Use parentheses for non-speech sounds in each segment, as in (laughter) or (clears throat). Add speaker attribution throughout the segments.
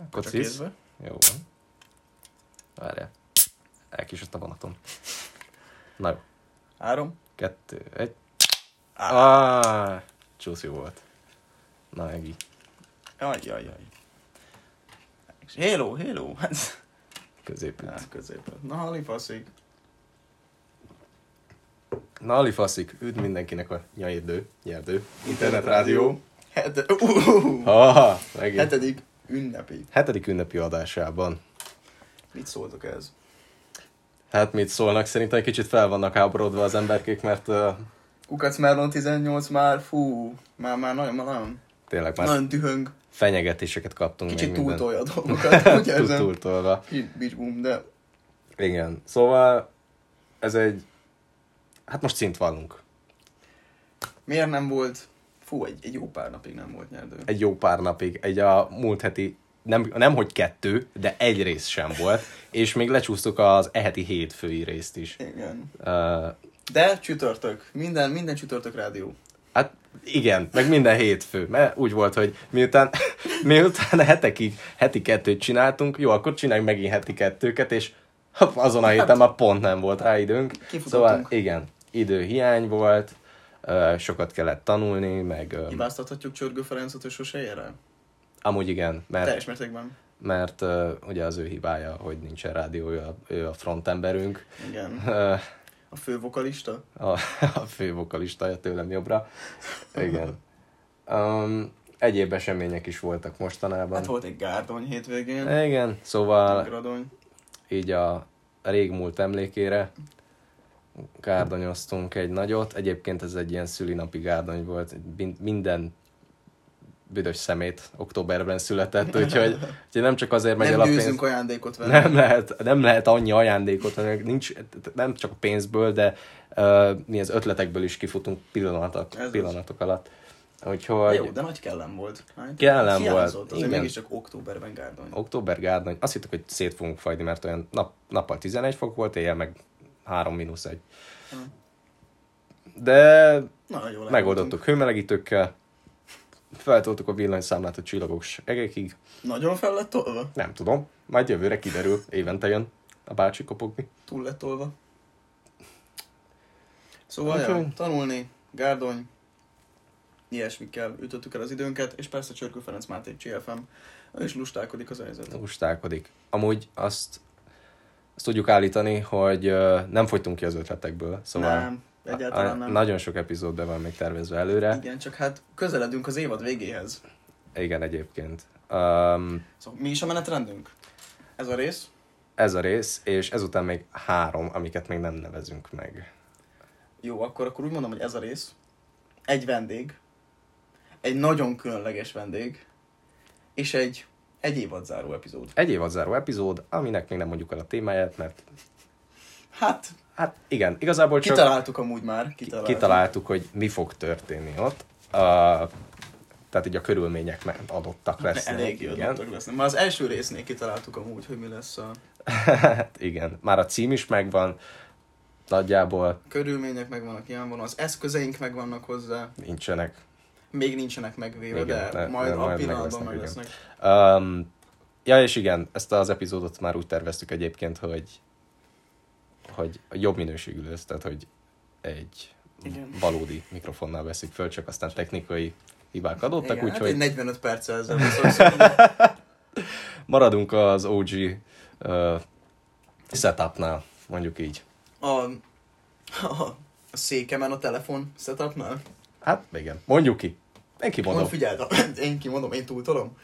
Speaker 1: Akkor
Speaker 2: csak
Speaker 1: cisz?
Speaker 2: kézbe.
Speaker 1: Jó van. Várjál. Elkísért a vonatom. Na jó.
Speaker 2: Három.
Speaker 1: Kettő, egy. Ah, csúsz jó volt. Na, Egi.
Speaker 2: Jaj, jaj, jaj. És Hello, hello. Hát,
Speaker 1: Középült.
Speaker 2: hát középen. Na, halifaszig.
Speaker 1: Na, Ali Faszik, üdv mindenkinek a nyaidő, nyerdő. Internetrádió.
Speaker 2: Hete, uh,
Speaker 1: Ha, megint.
Speaker 2: hetedik ünnepi.
Speaker 1: Hetedik ünnepi adásában.
Speaker 2: Mit szóltok ez?
Speaker 1: Hát mit szólnak? Szerintem egy kicsit fel vannak háborodva az emberkék, mert uh,
Speaker 2: Kukac Merlon 18 már, fú, már, már nagyon, már nagyon,
Speaker 1: tényleg már
Speaker 2: nagyon dühöng.
Speaker 1: fenyegetéseket kaptunk.
Speaker 2: Kicsit
Speaker 1: meg minden. (laughs)
Speaker 2: túltolja a dolgokat, úgy
Speaker 1: Túl-
Speaker 2: érzem.
Speaker 1: Túltolva.
Speaker 2: Kicsit bicsbum, de
Speaker 1: Igen. Szóval ez egy... Hát most szint vallunk.
Speaker 2: miért nem volt? Fú, egy, egy jó pár napig nem volt nyerdő.
Speaker 1: Egy jó pár napig. Egy a múlt heti nem, nem hogy kettő, de egy rész sem volt, és még lecsúsztuk az eheti hétfői részt is.
Speaker 2: Igen.
Speaker 1: Uh,
Speaker 2: De csütörtök. Minden, minden csütörtök rádió.
Speaker 1: Hát igen, meg minden hétfő, mert úgy volt, hogy miután, (laughs) miután hetekig heti kettőt csináltunk, jó, akkor csinálj megint heti kettőket, és hopp, azon a héten már pont nem volt rá időnk.
Speaker 2: Kifutottunk.
Speaker 1: Szóval igen, időhiány volt, ö, sokat kellett tanulni, meg ö,
Speaker 2: Hibáztathatjuk Csörgő Ferencet, és sose ér el?
Speaker 1: amúgy igen, mert,
Speaker 2: Teljes mértékben.
Speaker 1: mert ö, ugye az ő hibája, hogy nincsen rádiója, ő a frontemberünk.
Speaker 2: Igen.
Speaker 1: Ö,
Speaker 2: A fő vokalista?
Speaker 1: a, a fő vokalistája tőlem jobbra. Igen. Um, egyéb események is voltak mostanában.
Speaker 2: Hát volt egy gárdony hétvégén.
Speaker 1: Igen, szóval
Speaker 2: Gradony.
Speaker 1: így a régmúlt emlékére gárdonyoztunk egy nagyot. Egyébként ez egy ilyen szülinapi gárdony volt. Bin- Minden büdös szemét októberben született,
Speaker 2: (laughs)
Speaker 1: úgyhogy, úgyhogy nem csak azért megy el
Speaker 2: Nem
Speaker 1: a pénz.
Speaker 2: győzünk ajándékot vele.
Speaker 1: Nem lehet, nem lehet annyi ajándékot, hanem nincs, nem csak a pénzből, de uh, mi az ötletekből is kifutunk pillanatok,
Speaker 2: Ez az.
Speaker 1: pillanatok alatt. Úgyhogy
Speaker 2: Jó, de nagy kellem volt. Hát,
Speaker 1: Kellem
Speaker 2: hiányzott,
Speaker 1: volt,
Speaker 2: Azért
Speaker 1: igen.
Speaker 2: mégiscsak októberben gárdony.
Speaker 1: október gárdony, azt hittük, hogy szét fogunk fagyni, mert olyan nap, nappal 11 fok volt, éjjel meg 3 mínusz 1.
Speaker 2: Hm.
Speaker 1: De
Speaker 2: Na, jól
Speaker 1: megoldottuk hőmelegítőkkel, feltoltuk a villanyszámlát a csillagok egekig,
Speaker 2: elmentünk. Nagyon fel lett tolva?
Speaker 1: nem tudom, majd jövőre kiderül, évente jön a bácsi kopogni.
Speaker 2: Túl lett tolva. Szóval, ja,
Speaker 1: Úgyhogy-
Speaker 2: tanulni, gárdony, ilyesmikkel ütöttük el az időnket, és persze Csörkő Ferenc Máté CFM, ő is lustálkodik az helyzet.
Speaker 1: Lustálkodik. Amúgy azt, azt tudjuk állítani, hogy ö, nem fogytunk ki az ötletekből, szóval
Speaker 2: nem, egyáltalán
Speaker 1: a-
Speaker 2: nem.
Speaker 1: nagyon sok epizódban van még tervezve előre.
Speaker 2: Igen, csak hát közeledünk az évad végéhez.
Speaker 1: Igen, egyébként. Um,
Speaker 2: Szóval mi is a menetrendünk? Ez a rész.
Speaker 1: ez a rész, és ezután még három, amiket még nem nevezünk meg.
Speaker 2: Jó, akkor, akkor úgy mondom, hogy ez a rész. Egy vendég, egy nagyon különleges vendég, és egy, egy évadzáró epizód.
Speaker 1: Egy év az záró epizód, aminek még nem mondjuk el a témáját, mert
Speaker 2: Hát,
Speaker 1: hát igen, igazából csak
Speaker 2: kitaláltuk amúgy már, kitaláltuk.
Speaker 1: kitaláltuk hogy mi fog történni ott. Uh, tehát így a körülmények meg- adottak lesznek.
Speaker 2: Elég
Speaker 1: igen.
Speaker 2: adottak lesznek. Már az első résznél kitaláltuk amúgy, hogy mi lesz a
Speaker 1: Hát igen, már a cím is megvan, nagyjából
Speaker 2: körülmények, megvannak nyilvánvalóan, az eszközeink megvannak hozzá,
Speaker 1: nincsenek.
Speaker 2: még nincsenek megvéve,
Speaker 1: Igen,
Speaker 2: Igen,
Speaker 1: ne-
Speaker 2: de majd
Speaker 1: ne-
Speaker 2: a
Speaker 1: majd
Speaker 2: pillanatban meg
Speaker 1: meglesznek,
Speaker 2: lesznek.
Speaker 1: Um, ja, és igen, ezt az epizódot már úgy terveztük egyébként, hogy, hogy jobb minőségű lesz, tehát hogy egy
Speaker 2: Igen.
Speaker 1: valódi mikrofonnal veszik föl, csak aztán technikai hibák adottak,
Speaker 2: Igen, hát
Speaker 1: úgyhogy
Speaker 2: egy 45 perccel szóval ezzel viszont szerintem
Speaker 1: maradunk az OG uh, setupnál, mondjuk így.
Speaker 2: a, a, a székemen a telefon setupnál.
Speaker 1: Hát igen, mondjuk ki. Én kimondom.
Speaker 2: Mondom, figyeld, (laughs) én kimondom, én túltolom.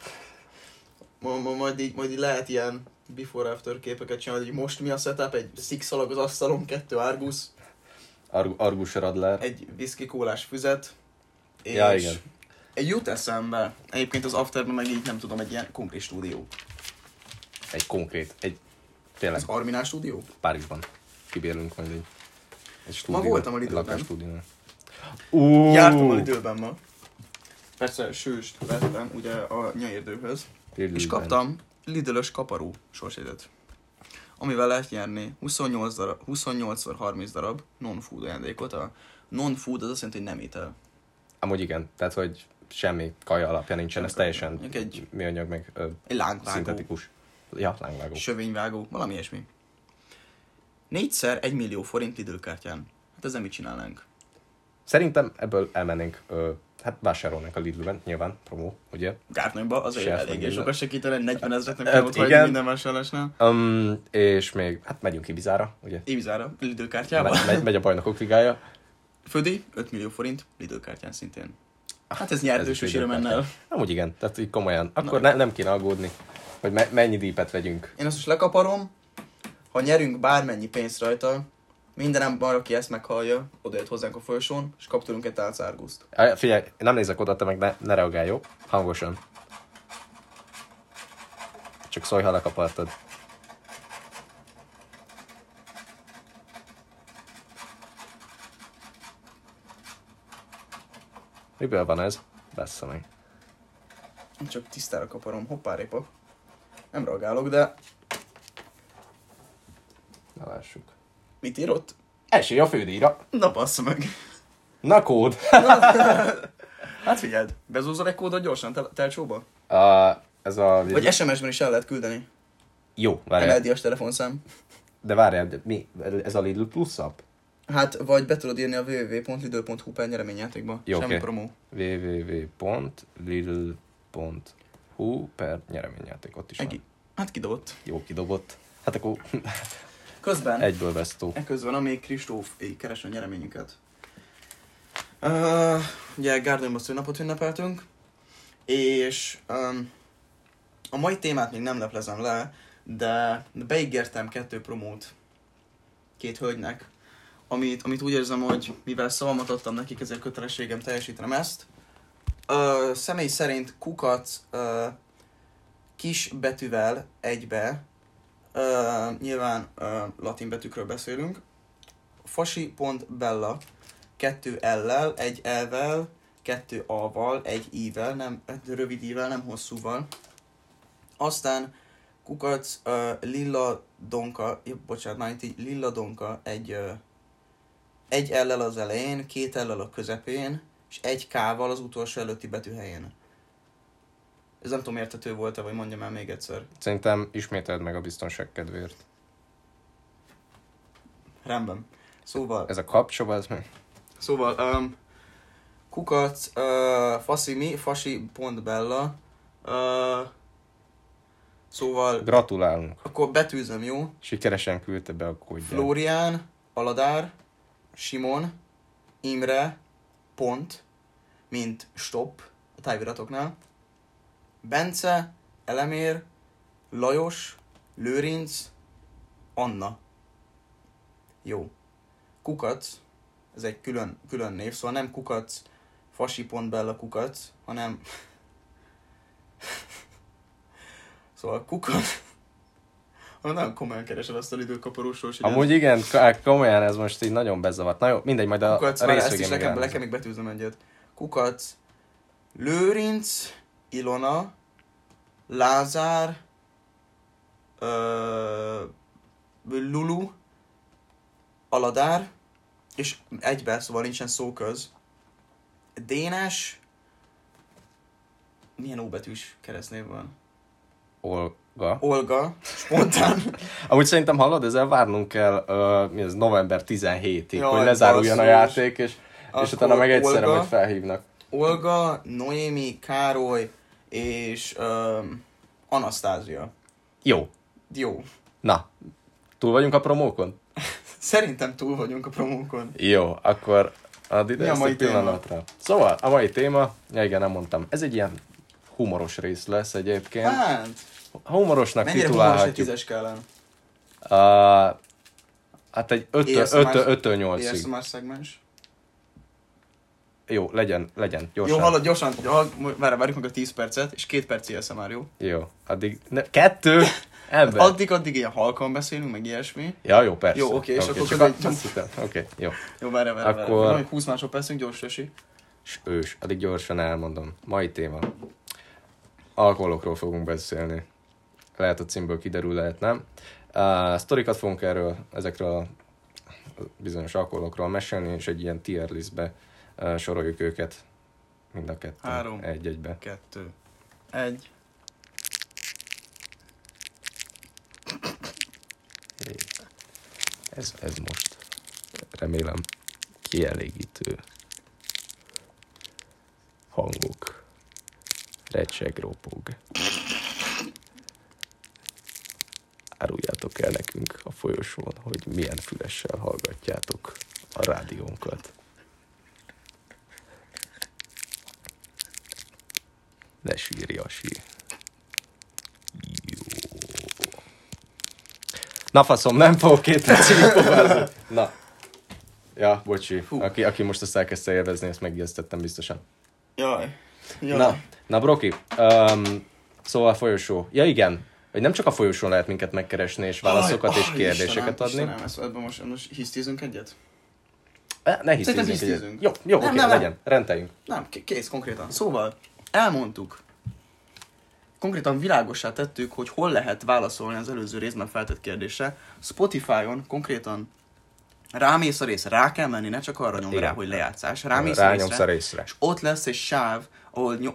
Speaker 2: Ma- ma- Majd így, majd így lehet ilyen before-after képeket csinálni, hogy most mi a setup, egy szikszalag az asztalon, kettő árgusz,
Speaker 1: Arg- Argus Radler.
Speaker 2: egy viszki kólás füzet, és
Speaker 1: Ja, igen.
Speaker 2: egy jut eszembe, egyébként az afterben meg így nem tudom, egy ilyen konkrét stúdió.
Speaker 1: Egy konkrét, egy tényleg
Speaker 2: Az Arminál stúdió?
Speaker 1: Párizsban kibérlünk majd egy, egy stúdió.
Speaker 2: voltam a Lidlben.
Speaker 1: Stúdió. Uh,
Speaker 2: Jártam a időben ma. Persze sőst vettem ugye a nyaérdőhöz, és kaptam Lidl-ös kaparó sorsédet, amivel lehet nyerni 28 darab, 28x30 darab non-food ajándékot. A non-food az azt jelenti, hogy nem étel.
Speaker 1: Amúgy igen, tehát hogy semmi kaja alapja nincsen, ez teljesen
Speaker 2: Mondjuk egy-
Speaker 1: műanyag, meg ö,
Speaker 2: Egy lángvágó.
Speaker 1: szintetikus. Ja, lángvágó.
Speaker 2: Sövényvágó, valami ilyesmi. Négyszer egy millió forint időkártyán. Hát ezzel mit csinálnánk?
Speaker 1: Szerintem ebből elmennénk, ö, hát vásárolnánk a Lidlben, nyilván, promó, ugye?
Speaker 2: Gártnagyba azért
Speaker 1: Sef, meg
Speaker 2: eléggé
Speaker 1: minden.
Speaker 2: sokat segítene, 40 ezret nem
Speaker 1: Hát
Speaker 2: kell ott hagyni
Speaker 1: igen.
Speaker 2: minden vásárlásnál.
Speaker 1: Um, és még, hát megyünk Ibizára, ugye?
Speaker 2: Ibizára,
Speaker 1: Megy,
Speaker 2: Lidőkártyával.
Speaker 1: megy, megy a bajnokok ligája.
Speaker 2: Födi, 5 millió forint, Lidőkártyán szintén. Hát ez
Speaker 1: Ez is
Speaker 2: nyertős, és ide
Speaker 1: időkártya.
Speaker 2: menne el.
Speaker 1: Amúgy igen, tehát így komolyan. Akkor ne, nem kéne aggódni, hogy me- mennyi dípet vegyünk.
Speaker 2: Én azt most lekaparom, ha nyerünk bármennyi pénzt rajta, minden ember, aki ezt meghallja, odajött hozzánk a folyosón, és kap tőlünk egy tálca árguszt.
Speaker 1: Á, Figyelj, én nem nézek oda, te meg ne, ne reagálj, jó? Hangosan. Csak szólj, ha lekapartad. Miből van ez? Bassza meg.
Speaker 2: Én Csak tisztára kaparom, hoppá répa. Nem reagálok, de
Speaker 1: Na lássuk.
Speaker 2: mit írott?
Speaker 1: Esély a fődíjra.
Speaker 2: Na bassz meg.
Speaker 1: Na kód. (laughs)
Speaker 2: Hát figyeld, bezúzol egy kódot gyorsan tel- telcsóba?
Speaker 1: uh, ez a...
Speaker 2: Vagy SMS-ben is el lehet küldeni.
Speaker 1: Jó, várjál.
Speaker 2: Emeldias telefonszám.
Speaker 1: De várjál, de mi? Ez a Lidl Plus app?
Speaker 2: Hát, vagy be tudod írni a www.lidl.hu per nyereményjátékba.
Speaker 1: Jó,
Speaker 2: Semmi
Speaker 1: oké.
Speaker 2: promó.
Speaker 1: www.lidl.hu per nyereményjáték, ott is
Speaker 2: Egy,
Speaker 1: van.
Speaker 2: hát kidobott.
Speaker 1: Jó kidobott. Hát akkor
Speaker 2: Közben, egy.
Speaker 1: egyből vesztó.
Speaker 2: eközben, amíg Kristóf így keres a nyereményünket. Uh, ugye Gárdonban szülnapot ünnepeltünk, és um, a mai témát még nem leplezem le, de beígértem kettő promót két hölgynek, amit, amit úgy érzem, hogy mivel szavamat adtam nekik, ezért kötelességem teljesítenem ezt. Ö, személy szerint kukat ö, kis betűvel egybe, ö, nyilván ö, latin betűkről beszélünk, fasi.bella, kettő l egy e-vel, kettő a-val, egy i-vel, nem, rövid i-vel, nem hosszúval. Aztán kukac ö, lilla donka, ja, bocsánat, már itt így lilla donka, egy, ö, egy ellel az elején, két ellel a közepén, és egy k-val az utolsó előtti betű helyén. Ez nem tudom értető volt-e, vagy mondjam el még egyszer.
Speaker 1: Szerintem ismételd meg a biztonság kedvéért.
Speaker 2: Rendben. Szóval,
Speaker 1: Ez a kapcsolat, az meg...
Speaker 2: Szóval, um, kukac, uh, faszimi, fasi, pont bella. Uh, szóval,
Speaker 1: Gratulálunk.
Speaker 2: akkor betűzöm, jó?
Speaker 1: Sikeresen küldte be a kódját.
Speaker 2: Flórián, Aladár, Simon, Imre, pont, mint stop a táviratoknál. Bence, Elemér, Lajos, Lőrinc, Anna. Jó. Kukac, ez egy külön, külön név, szóval nem kukac, fasi pont bella kukac, hanem... (laughs) szóval kukac... (laughs) Hanem nagyon komolyan keresel azt a időkaparósról, hogy
Speaker 1: Amúgy igen, k- komolyan ez most így nagyon bezavart. Na jó, mindegy, majd a,
Speaker 2: Kukac,
Speaker 1: a
Speaker 2: várj,
Speaker 1: rész
Speaker 2: ezt is
Speaker 1: végén
Speaker 2: nekem,
Speaker 1: megállapodunk.
Speaker 2: nekem még betűzöm egyet. Kukac, Lőrinc, Ilona, Lázár, ö, Lulu, Aladár, és egybe, szóval nincsen szóköz. Dénes, milyen óbetűs keresztnév van?
Speaker 1: Olga.
Speaker 2: Olga, spontán.
Speaker 1: Amúgy szerintem hallod, ezzel várnunk kell, uh, mi ez, november 17-ig,
Speaker 2: Jaj,
Speaker 1: hogy lezáruljon a
Speaker 2: basszus.
Speaker 1: játék, és, és
Speaker 2: Akkor
Speaker 1: utána meg egyszerre
Speaker 2: Olga.
Speaker 1: majd felhívnak.
Speaker 2: Olga, Noémi, Károly és um, Anasztázia.
Speaker 1: Jó,
Speaker 2: Jó.
Speaker 1: Na, túl vagyunk a promókon?
Speaker 2: Szerintem túl vagyunk a promókon.
Speaker 1: Jó, akkor add ide
Speaker 2: Mi a
Speaker 1: ezt
Speaker 2: mai
Speaker 1: egy pillanatra. Szóval, a mai téma, ja igen, nem mondtam, ez egy ilyen humoros rész lesz egyébként.
Speaker 2: Hát,
Speaker 1: Humorosnak
Speaker 2: mennyire humoros
Speaker 1: titulálhatjuk.
Speaker 2: egy tízes skálán?
Speaker 1: Uh, hát egy 5-től
Speaker 2: Érsz
Speaker 1: 8-ig.
Speaker 2: már szegmens?
Speaker 1: Jó, legyen, legyen, gyorsan.
Speaker 2: Jó, hallod, gyorsan, ha- várj, várjuk meg a 10 percet, és két perc élsz már, er, jó?
Speaker 1: Jó, addig, ne,
Speaker 2: (laughs)
Speaker 1: kettő, ember.
Speaker 2: Addig, addig ilyen halkan beszélünk, meg ilyesmi.
Speaker 1: Ja, jó, persze.
Speaker 2: Jó, oké, és akkor
Speaker 1: csak
Speaker 2: közben
Speaker 1: a-
Speaker 2: egy-
Speaker 1: azt hittem. Oké, jó.
Speaker 2: Jó, várj, várj, várj.
Speaker 1: Akkor-
Speaker 2: Akkor... 20 másodpercünk, gyors rösi.
Speaker 1: S ős, addig gyorsan elmondom. Mai téma. Alkoholokról fogunk beszélni. Lehet a címből kiderül, lehet nem. Uh, sztorikat fogunk erről, ezekről a bizonyos alkoholokról mesélni, és egy ilyen tier listbe uh, soroljuk őket. mind a kettő.
Speaker 2: Három.
Speaker 1: Egy-egybe.
Speaker 2: Kettő. Egy.
Speaker 1: Ez, ez most remélem kielégítő hangok. Recseg, ropog. Áruljátok el nekünk a folyosón, hogy milyen fülessel hallgatjátok a rádiónkat. Ne sírj, Jasi. Jó. Na faszom, nem fogok két percig povázni. Na. Ja, bocsi.
Speaker 2: Hú.
Speaker 1: Aki, aki most ezt elkezdte élvezni, ezt megijesztettem biztosan.
Speaker 2: Jaj. Jaj.
Speaker 1: Na, na Broki, um, szóval folyosó. Ja igen, hogy nem csak a folyosón lehet minket megkeresni, és válaszokat
Speaker 2: Jaj,
Speaker 1: és
Speaker 2: aj,
Speaker 1: kérdéseket
Speaker 2: Istenem,
Speaker 1: adni.
Speaker 2: Istenem, ezt ebben most, most hisztízünk egyet?
Speaker 1: Eh, Ne hiszünk.
Speaker 2: hisztizünk.
Speaker 1: Jó, jó,
Speaker 2: Nem,
Speaker 1: oké,
Speaker 2: nem, nem.
Speaker 1: legyen. Rendeljünk.
Speaker 2: Nem, k- kész konkrétan. Szóval, elmondtuk. Konkrétan világossá tettük, hogy hol lehet válaszolni az előző részben feltett kérdésre. Spotify-on konkrétan rámész a részre, rá kell menni, ne csak arra nyomj
Speaker 1: Igen.
Speaker 2: rá, hogy lejátszás. Rámész a
Speaker 1: Rányomsz a
Speaker 2: részre,
Speaker 1: részre.
Speaker 2: és ott lesz egy sáv, ahol nyom,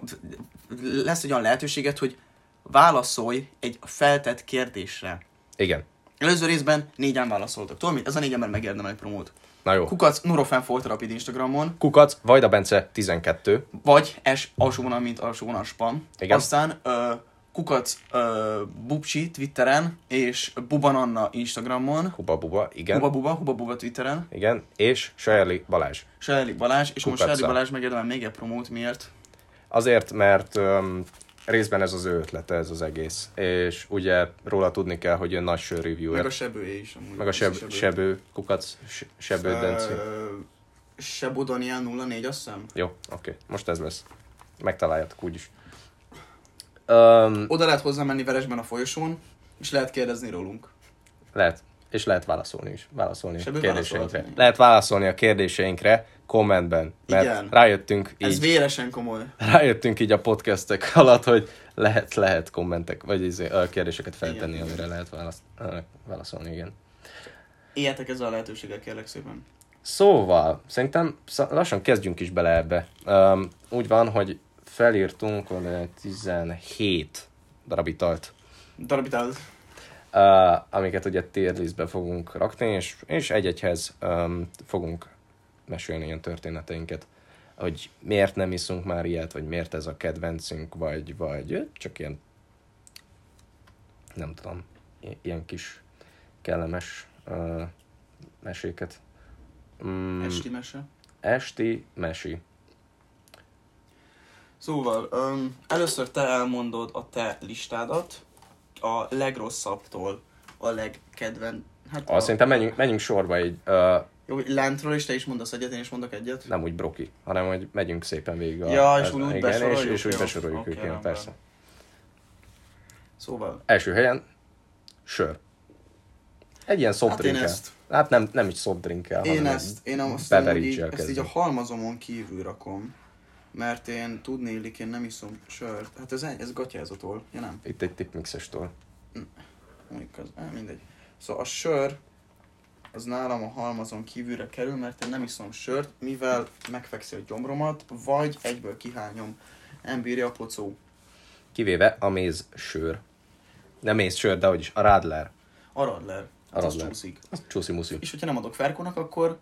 Speaker 2: lesz egy olyan lehetőséget, hogy válaszolj egy feltett kérdésre.
Speaker 1: Igen.
Speaker 2: Előző részben négyen válaszoltak. Tudod mit? Ez a négy ember megérdemel egy promót.
Speaker 1: Na jó.
Speaker 2: Kukac Nurofen Folt Rapid Instagramon,
Speaker 1: Kukac, Vajda Bence 12.
Speaker 2: vagy S alsó vonal, mint alsó vonal spam.
Speaker 1: Igen.
Speaker 2: Aztán ö, Kukac ö, Bubcsi Twitteren, és Buban Anna Instagramon,
Speaker 1: Huba Buba, igen.
Speaker 2: Huba Buba, Huba Buba Twitteren,
Speaker 1: Igen, és Sajerli Balázs.
Speaker 2: Sejli Balázs, és most Sejli
Speaker 1: Kukaca.
Speaker 2: Balázs megérdemel még egy promót, miért?
Speaker 1: Azért, mert um, részben ez az ő ötlete, ez az egész. És ugye róla tudni kell, hogy ő nagy sör
Speaker 2: Meg
Speaker 1: reviewer.
Speaker 2: a sebőé is amúgy.
Speaker 1: Meg a seb, sebő, kukac, se- sebő denci.
Speaker 2: Ö, Sebo Daniel 04, azt hiszem.
Speaker 1: Jó, oké, most ez lesz. Megtaláljátok úgyis. Um,
Speaker 2: Oda lehet hozzá menni veresben a folyosón, és lehet kérdezni rólunk.
Speaker 1: lehet. És lehet válaszolni is. Válaszolni
Speaker 2: Sebő
Speaker 1: a kérdéseinkre.
Speaker 2: válaszolhat.
Speaker 1: Lehet válaszolni a kérdéseinkre kommentben. Mert
Speaker 2: Igen.
Speaker 1: rájöttünk így.
Speaker 2: Ez véresen komoly.
Speaker 1: rájöttünk így a podcastek alatt, hogy lehet, lehet kommentek, vagy izé, ö, kérdéseket feltenni,
Speaker 2: Igen.
Speaker 1: amire lehet válasz, ö, válaszolni, igen.
Speaker 2: Éljetek ezzel a lehetőséggel, kérlek szépen.
Speaker 1: Szóval, szerintem szá- lassan kezdjünk is bele ebbe. Um, úgy van, hogy felírtunk ö, 17 darab italt,
Speaker 2: Darabitál.
Speaker 1: uh, amiket ugye tier listbe fogunk rakni, és, és egy-egyhez um, fogunk mesélni ilyen történeteinket hogy miért nem iszunk már ilyet, vagy miért ez a kedvencünk, vagy, vagy ö, csak ilyen nem tudom, i- ilyen kis kellemes uh, meséket. Mm,
Speaker 2: Esti mese.
Speaker 1: esti mesi.
Speaker 2: Szóval, um, először te elmondod a te listádat, a legrosszabbtól a legkedven... Hát
Speaker 1: Azt szerintem menjünk, menjünk sorba így, uh,
Speaker 2: Jó, hogy lentről is te is mondasz egyet, én is mondok egyet.
Speaker 1: nem úgy broki, hanem hogy megyünk szépen végig. A,
Speaker 2: Ja, és
Speaker 1: ezen.
Speaker 2: úgy- úgy
Speaker 1: igen, és,
Speaker 2: besoroljuk,
Speaker 1: és úgy
Speaker 2: jó.
Speaker 1: besoroljuk
Speaker 2: Oké,
Speaker 1: okay, őket,
Speaker 2: rendben.
Speaker 1: persze.
Speaker 2: Szóval,
Speaker 1: Első helyen sör. Egy ilyen soft
Speaker 2: hát
Speaker 1: hát
Speaker 2: én
Speaker 1: drinkkel.
Speaker 2: ezt,
Speaker 1: Hát nem, nem így soft drinkkel,
Speaker 2: én
Speaker 1: hanem egy
Speaker 2: ezt, én aztán
Speaker 1: beverage-el
Speaker 2: így, ezt így a
Speaker 1: kezdünk.
Speaker 2: halmazomon kívül rakom. Mert én tudnélik, én nem iszom sört. Hát ez, ez gatyázatól, ja nem?
Speaker 1: Itt egy tipmixestől.
Speaker 2: Mondjuk az, á, mindegy. Szóval a sör, az nálam a halmazon kívülre kerül, mert én nem iszom sört, mivel megfekszi a gyomromat, vagy egyből kihányom. Nem bírja a pocó.
Speaker 1: Kivéve a méz sör. Nem méz sör, de hogy a rádler.
Speaker 2: A radler. Hát az
Speaker 1: Radler.
Speaker 2: csúszik.
Speaker 1: Az csúszi muszi.
Speaker 2: És hogyha nem adok Ferkónak, akkor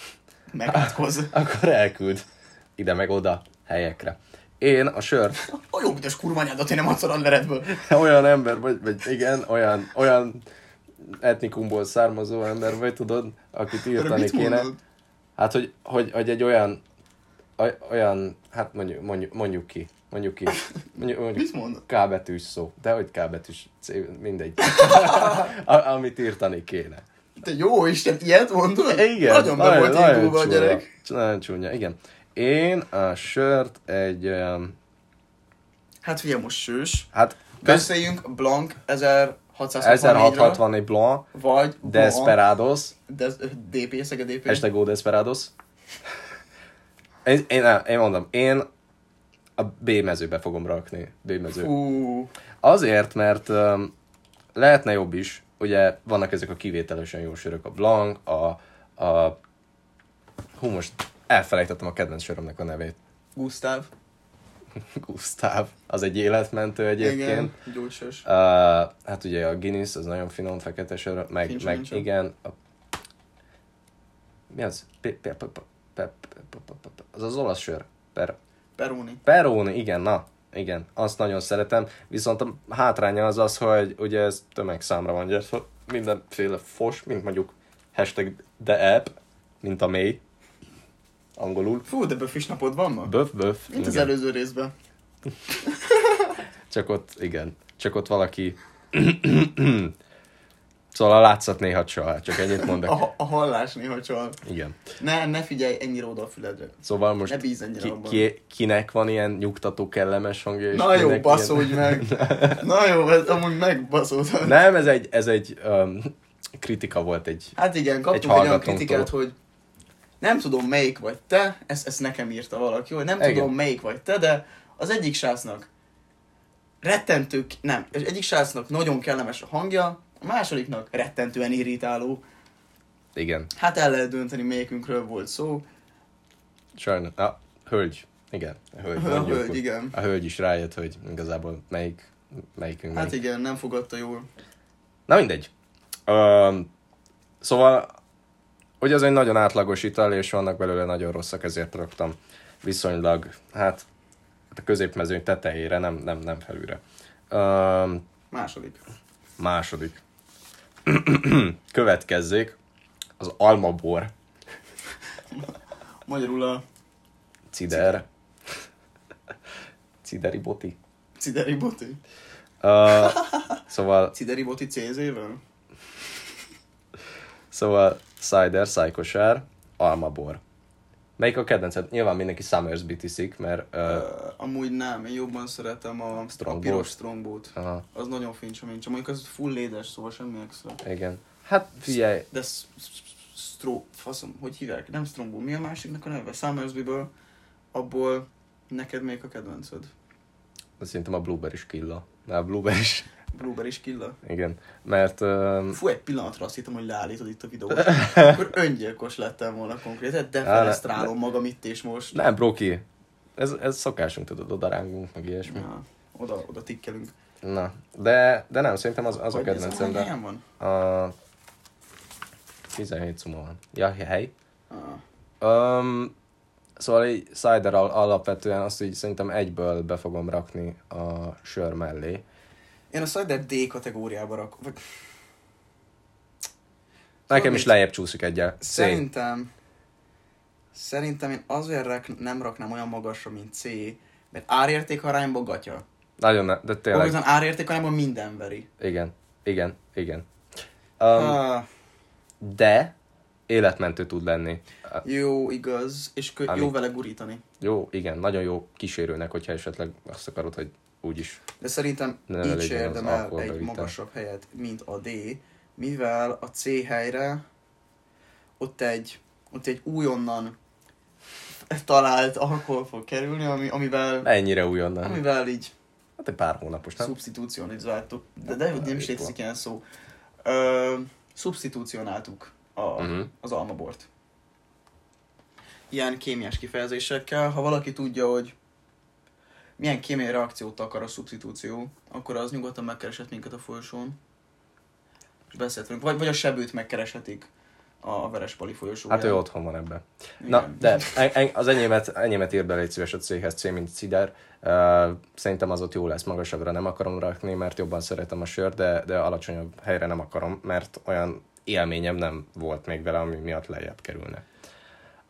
Speaker 1: (laughs)
Speaker 2: megátkoz.
Speaker 1: Akkor elküld ide meg oda helyekre. Én a sört
Speaker 2: A jó büdös kurványádat, én nem adsz a radleredből.
Speaker 1: (laughs) olyan ember vagy, vagy igen, olyan, olyan etnikumból származó ember vagy, tudod, akit
Speaker 2: Erre
Speaker 1: írtani
Speaker 2: mit
Speaker 1: kéne.
Speaker 2: mondod?
Speaker 1: Hát, hogy, hogy, hogy egy olyan, oly- olyan, hát mondjuk, mondjuk, mondjuk ki, mondjuk ki, mondjuk, mondjuk
Speaker 2: Mit mondod?
Speaker 1: K betűs szó, de hogy K betűs, C-
Speaker 2: (laughs)
Speaker 1: mindegy, A, amit írtani kéne.
Speaker 2: Te jó Isten, ilyet mondod?
Speaker 1: Igen,
Speaker 2: Nagyon be volt indulva a
Speaker 1: csúnya.
Speaker 2: gyerek.
Speaker 1: Nagyon csúnya, igen. Én a sört egy, öm,
Speaker 2: Hát figyelj most sős.
Speaker 1: hát
Speaker 2: Beszéljünk Blanc 1664-ről,
Speaker 1: 1661 Blanc,
Speaker 2: vagy Blanc
Speaker 1: Desperados,
Speaker 2: De ez, ö, DP, Szege DP.
Speaker 1: Hashtag Go Desperados. Én, én, nem, én mondom, én a B mezőbe fogom rakni. B mező.
Speaker 2: Fú,
Speaker 1: Azért, mert um, lehetne jobb is. Ugye vannak ezek a kivételesen jó sörök, a Blanc, a... a hú, most elfelejtettem a kedvenc sörömnek a nevét. (laughs)
Speaker 2: Gusztáv.
Speaker 1: Gusztáv, az egy életmentő egyébként.
Speaker 2: Igen, gyógysős.
Speaker 1: Uh, hát ugye a Guinness, az nagyon finom fekete sör, meg,
Speaker 2: Fincs
Speaker 1: meg
Speaker 2: nincs.
Speaker 1: igen. A... Mi az? Pe- pe- pe- pe- pe- pe- pe- pe- pe- Az az olasz sör. Per-
Speaker 2: Peroni.
Speaker 1: Peroni, igen, na. Igen, azt nagyon szeretem, viszont a hátránya az az, hogy ugye ez tömegszámra van gyártva, szóval mindenféle fos, mint mondjuk hashtag the app, mint a mély, angolul.
Speaker 2: Fú, de böfis napod van ma?
Speaker 1: Böf, böf.
Speaker 2: Mint az
Speaker 1: igen.
Speaker 2: előző részben.
Speaker 1: Csak ott, igen, csak ott valaki... szóval a látszat néha csal, csak ennyit
Speaker 2: A,
Speaker 1: mondok.
Speaker 2: ha- a hallás néha csal.
Speaker 1: Igen.
Speaker 2: Ne, ne figyelj ennyire oda a füledre.
Speaker 1: Szóval
Speaker 2: Ne
Speaker 1: most
Speaker 2: bízz ennyire
Speaker 1: ki,
Speaker 2: abban.
Speaker 1: ki, kinek van ilyen nyugtató, kellemes hangja? és
Speaker 2: Na jó,
Speaker 1: kinek ilyen-
Speaker 2: baszódj meg. Na jó, ez amúgy megbaszódtad.
Speaker 1: Nem, ez egy, ez egy um, kritika volt egy...
Speaker 2: Hát igen,
Speaker 1: Egy
Speaker 2: kaptunk egy olyan
Speaker 1: hallgatónktól.
Speaker 2: kritikát, hogy nem tudom melyik vagy te, ezt, ezt nekem írta valaki, hogy nem
Speaker 1: Igen.
Speaker 2: igen. tudom melyik vagy te, de az egyik srácnak rettentő, nem, az egyik srácnak nagyon kellemes a hangja, a másodiknak rettentően irritáló.
Speaker 1: Igen,
Speaker 2: Hát el lehet dönteni, melyikünkről volt szó.
Speaker 1: sajnos. A hölgy. Igen, a hölgy.
Speaker 2: A
Speaker 1: mondjuk.
Speaker 2: hölgy, igen.
Speaker 1: A hölgy is rájött, hogy igazából melyik, melyikünk
Speaker 2: Hát
Speaker 1: melyik.
Speaker 2: igen, nem fogadta jól.
Speaker 1: Na mindegy. Um, szóval, hogy az egy nagyon átlagos ital, és vannak belőle nagyon rosszak, ezért raktam viszonylag, hát a középmezőny tetejére, nem, nem, nem felülre. Um,
Speaker 2: Második.
Speaker 1: második. (clears throat) Következzék az almabor
Speaker 2: Magyarul a
Speaker 1: cider. (laughs) Cideri boti.
Speaker 2: Cideri Boti.
Speaker 1: Uh, szóval,
Speaker 2: Cideri Boti CZ-vel?
Speaker 1: szóval cider, szájkosár, almabor. Melyik a kedvenced? Nyilván mindenki Summersby iszik, mert uh,
Speaker 2: Uh, amúgy nem, én jobban szeretem a, a
Speaker 1: Strongbow.
Speaker 2: piros strombót.
Speaker 1: Aha,
Speaker 2: Az nagyon fincsa, mincsa. Mondjuk az full lédes, szóval semmi extra.
Speaker 1: igen. Hát figyelj,
Speaker 2: De sz- sz- stró, faszom, hogy hívják? Nem strombó, mi a másiknak a neve? Summersby-ből, abból neked még a kedvenced?
Speaker 1: azt szerintem a blueberry is killa. Na, a blueberry is,
Speaker 2: Blueberry Skilla?
Speaker 1: igen. Mert um,
Speaker 2: Fú, egy pillanatra azt hittem, hogy leállítod itt a videót. Akkor öngyilkos lettem volna konkrétan, de
Speaker 1: Á, ne-
Speaker 2: felesztrálom magam itt és most.
Speaker 1: nem, broki, ez, ez szokásunk, tudod, odarángunk, meg ilyesmi.
Speaker 2: Ja, oda, oda tikkelünk.
Speaker 1: Na, de, de nem, szerintem az, az a
Speaker 2: Vagy ez
Speaker 1: kedvencem,
Speaker 2: hány
Speaker 1: de
Speaker 2: helyen van?
Speaker 1: a 17 szuma van. Ja, hely.
Speaker 2: Ah,
Speaker 1: Um, szóval így cider al- alapvetően azt így szerintem egyből be fogom rakni a sör mellé.
Speaker 2: Én a Cider D kategóriába rakom. Vagy
Speaker 1: Nekem is
Speaker 2: mit?
Speaker 1: lejjebb csúszik egyel. C.
Speaker 2: Szerintem, szerintem én azért rak, nem raknám olyan magasra, mint C, mert árérték arányban gatya.
Speaker 1: Nagyon, ne- de tényleg.
Speaker 2: Olyan árérték arányban minden veri.
Speaker 1: Igen, igen, igen.
Speaker 2: Um,
Speaker 1: Um,
Speaker 2: ah,
Speaker 1: de életmentő tud lenni. Uh,
Speaker 2: jó, igaz, és kö,
Speaker 1: ami-
Speaker 2: jó vele gurítani.
Speaker 1: Jó, igen, nagyon jó kísérőnek, hogyha esetleg azt akarod, hogy úgyis.
Speaker 2: De szerintem
Speaker 1: Ne
Speaker 2: így
Speaker 1: legyen
Speaker 2: se
Speaker 1: az
Speaker 2: érdemel egy
Speaker 1: alkoholbevitel.
Speaker 2: magasabb helyet, mint a D, mivel a C helyre ott egy, ott egy újonnan talált alkohol fog kerülni, ami, amivel,
Speaker 1: Ennyire újonnan.
Speaker 2: amivel így
Speaker 1: Hát egy pár hónapos, nem?
Speaker 2: Szubstitúcionizáltuk. De, de hogy nem is
Speaker 1: Elég
Speaker 2: létezik ilyen szó. Ö, szubstitúcionáltuk a,
Speaker 1: Mhm.
Speaker 2: uh-huh. az almabort. Ilyen kémiás kifejezésekkel. Ha valaki tudja, hogy milyen kémiai reakciót akar a szubstitúció, akkor az nyugodtan megkereshet minket a folyosón. És beszélt velünk. Vagy, vagy a sebőt megkereshetik a, a Verespali folyosóján.
Speaker 1: Hát ő otthon van ebben. Na,
Speaker 2: Igen.
Speaker 1: de en, en, az enyémet, enyémet írd bele egy szíves a céghez, C, mint cider. Uh, szerintem az ott jó lesz, magasabbra nem akarom rakni, mert jobban szeretem a sört, de, de alacsonyabb helyre nem akarom, mert olyan élményem nem volt még vele, ami miatt lejjebb kerülne.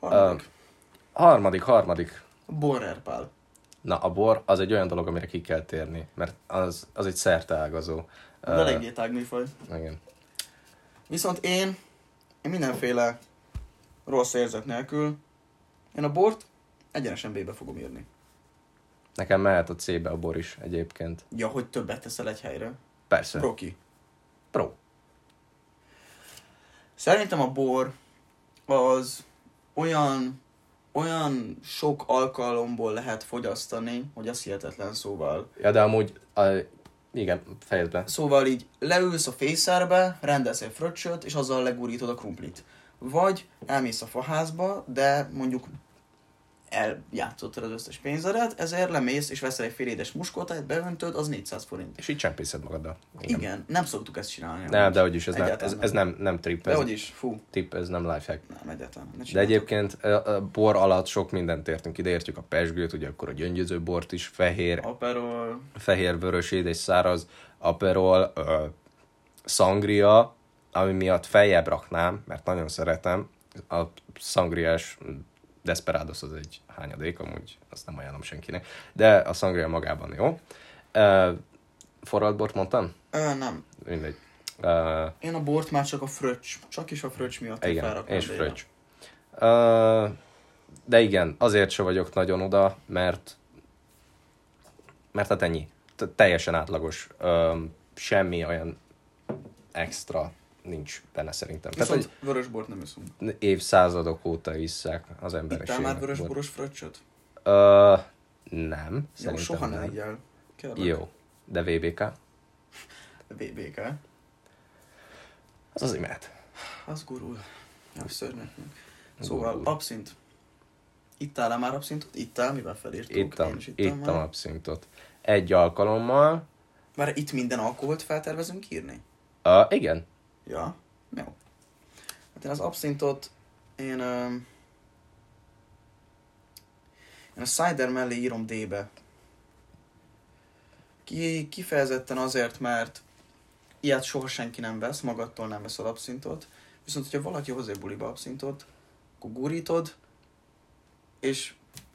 Speaker 2: Harmadik.
Speaker 1: Harmadik, harmadik.
Speaker 2: Borrer Pál.
Speaker 1: Na, a bor az egy olyan dolog, amire ki kell térni, mert az, az egy szerteágazó.
Speaker 2: Uh, Eléggé tágműfaj.
Speaker 1: igen.
Speaker 2: Viszont én, én mindenféle rossz érzet nélkül, én a bort egyenesen B-be fogom írni.
Speaker 1: Nekem mehet a C-be a bor is egyébként.
Speaker 2: Ja, hogy többet teszel egy helyre.
Speaker 1: Persze. Pro.
Speaker 2: Roki.
Speaker 1: Pro.
Speaker 2: Szerintem a bor az olyan, olyan sok alkalomból lehet fogyasztani, hogy az hihetetlen szóval.
Speaker 1: Ja, de amúgy, a, igen, fejezd be.
Speaker 2: Szóval így leülsz a fészerbe, rendelsz egy fröccsöt, és azzal legurítod a krumplit. Vagy elmész a faházba, de mondjuk eljátszottad az összes pénzedet, ezért lemész és veszel egy fél édes muskótát, beöntöd, az 400 forint.
Speaker 1: És így csempészed magaddal.
Speaker 2: Igen. Igen, nem szoktuk ezt csinálni.
Speaker 1: Nem, de hogy is, ez, nem,
Speaker 2: Egyáltalán
Speaker 1: ez, ez nem, nem trip,
Speaker 2: De
Speaker 1: ez
Speaker 2: hogy is, fú,
Speaker 1: tip, ez nem lifehack.
Speaker 2: nem egyáltalán. Ne
Speaker 1: De
Speaker 2: csinálj.
Speaker 1: egyébként ö, ö, bor alatt sok mindent értünk. Ide értjük a pesgőt, ugye akkor a gyöngyöző bort is, fehér,
Speaker 2: Aperol,
Speaker 1: fehér vörös édes száraz, aperol, ö, szangria, ami miatt feljebb raknám, mert nagyon szeretem. A szangriás Desperados az egy hányadék, amúgy azt nem ajánlom senkinek, de a szangria magában jó. Ö, forralt bort mondtam?
Speaker 2: Ö, nem.
Speaker 1: Mindegy. Ö,
Speaker 2: Én a bort már csak a fröccs, csak is a fröccs miatt
Speaker 1: igen,
Speaker 2: felraknám
Speaker 1: és
Speaker 2: délen.
Speaker 1: fröccs. Ö, De igen, azért se vagyok nagyon oda, mert mert hát ennyi. Te- Teljesen átlagos. Ö, Semmi olyan extra nincs benne szerintem. Tehát,
Speaker 2: Viszont
Speaker 1: hogy
Speaker 2: vörösbort nem iszunk.
Speaker 1: évszázadok óta isszák az emberek.
Speaker 2: Ittál már vörösboros fröccsöt?
Speaker 1: Ö, nem,
Speaker 2: Jó,
Speaker 1: szerintem
Speaker 2: soha ne
Speaker 1: nem.
Speaker 2: igyál. Kérlek.
Speaker 1: Jó, de VBK?
Speaker 2: BBK.
Speaker 1: Az az imád. az
Speaker 2: Az gurul. Nem szörnyeknek.
Speaker 1: Gurul.
Speaker 2: Szóval abszint. Ittál-e már abszintot? Ittál, mivel felírtuk?
Speaker 1: Ittam,
Speaker 2: Én is ittam
Speaker 1: ittam
Speaker 2: már.
Speaker 1: abszintot. Egy alkalommal.
Speaker 2: Már itt minden alkoholt feltervezünk írni?
Speaker 1: Ö, igen,
Speaker 2: Ja. Jó. Hát én az abszintot, én... öm, én a cider mellé írom D-be. Ki, kifejezetten azért, mert ilyet soha senki nem vesz, magadtól nem veszed abszintot. Viszont, hogyha valaki hoz egy buliba abszintot, akkor gurítod, és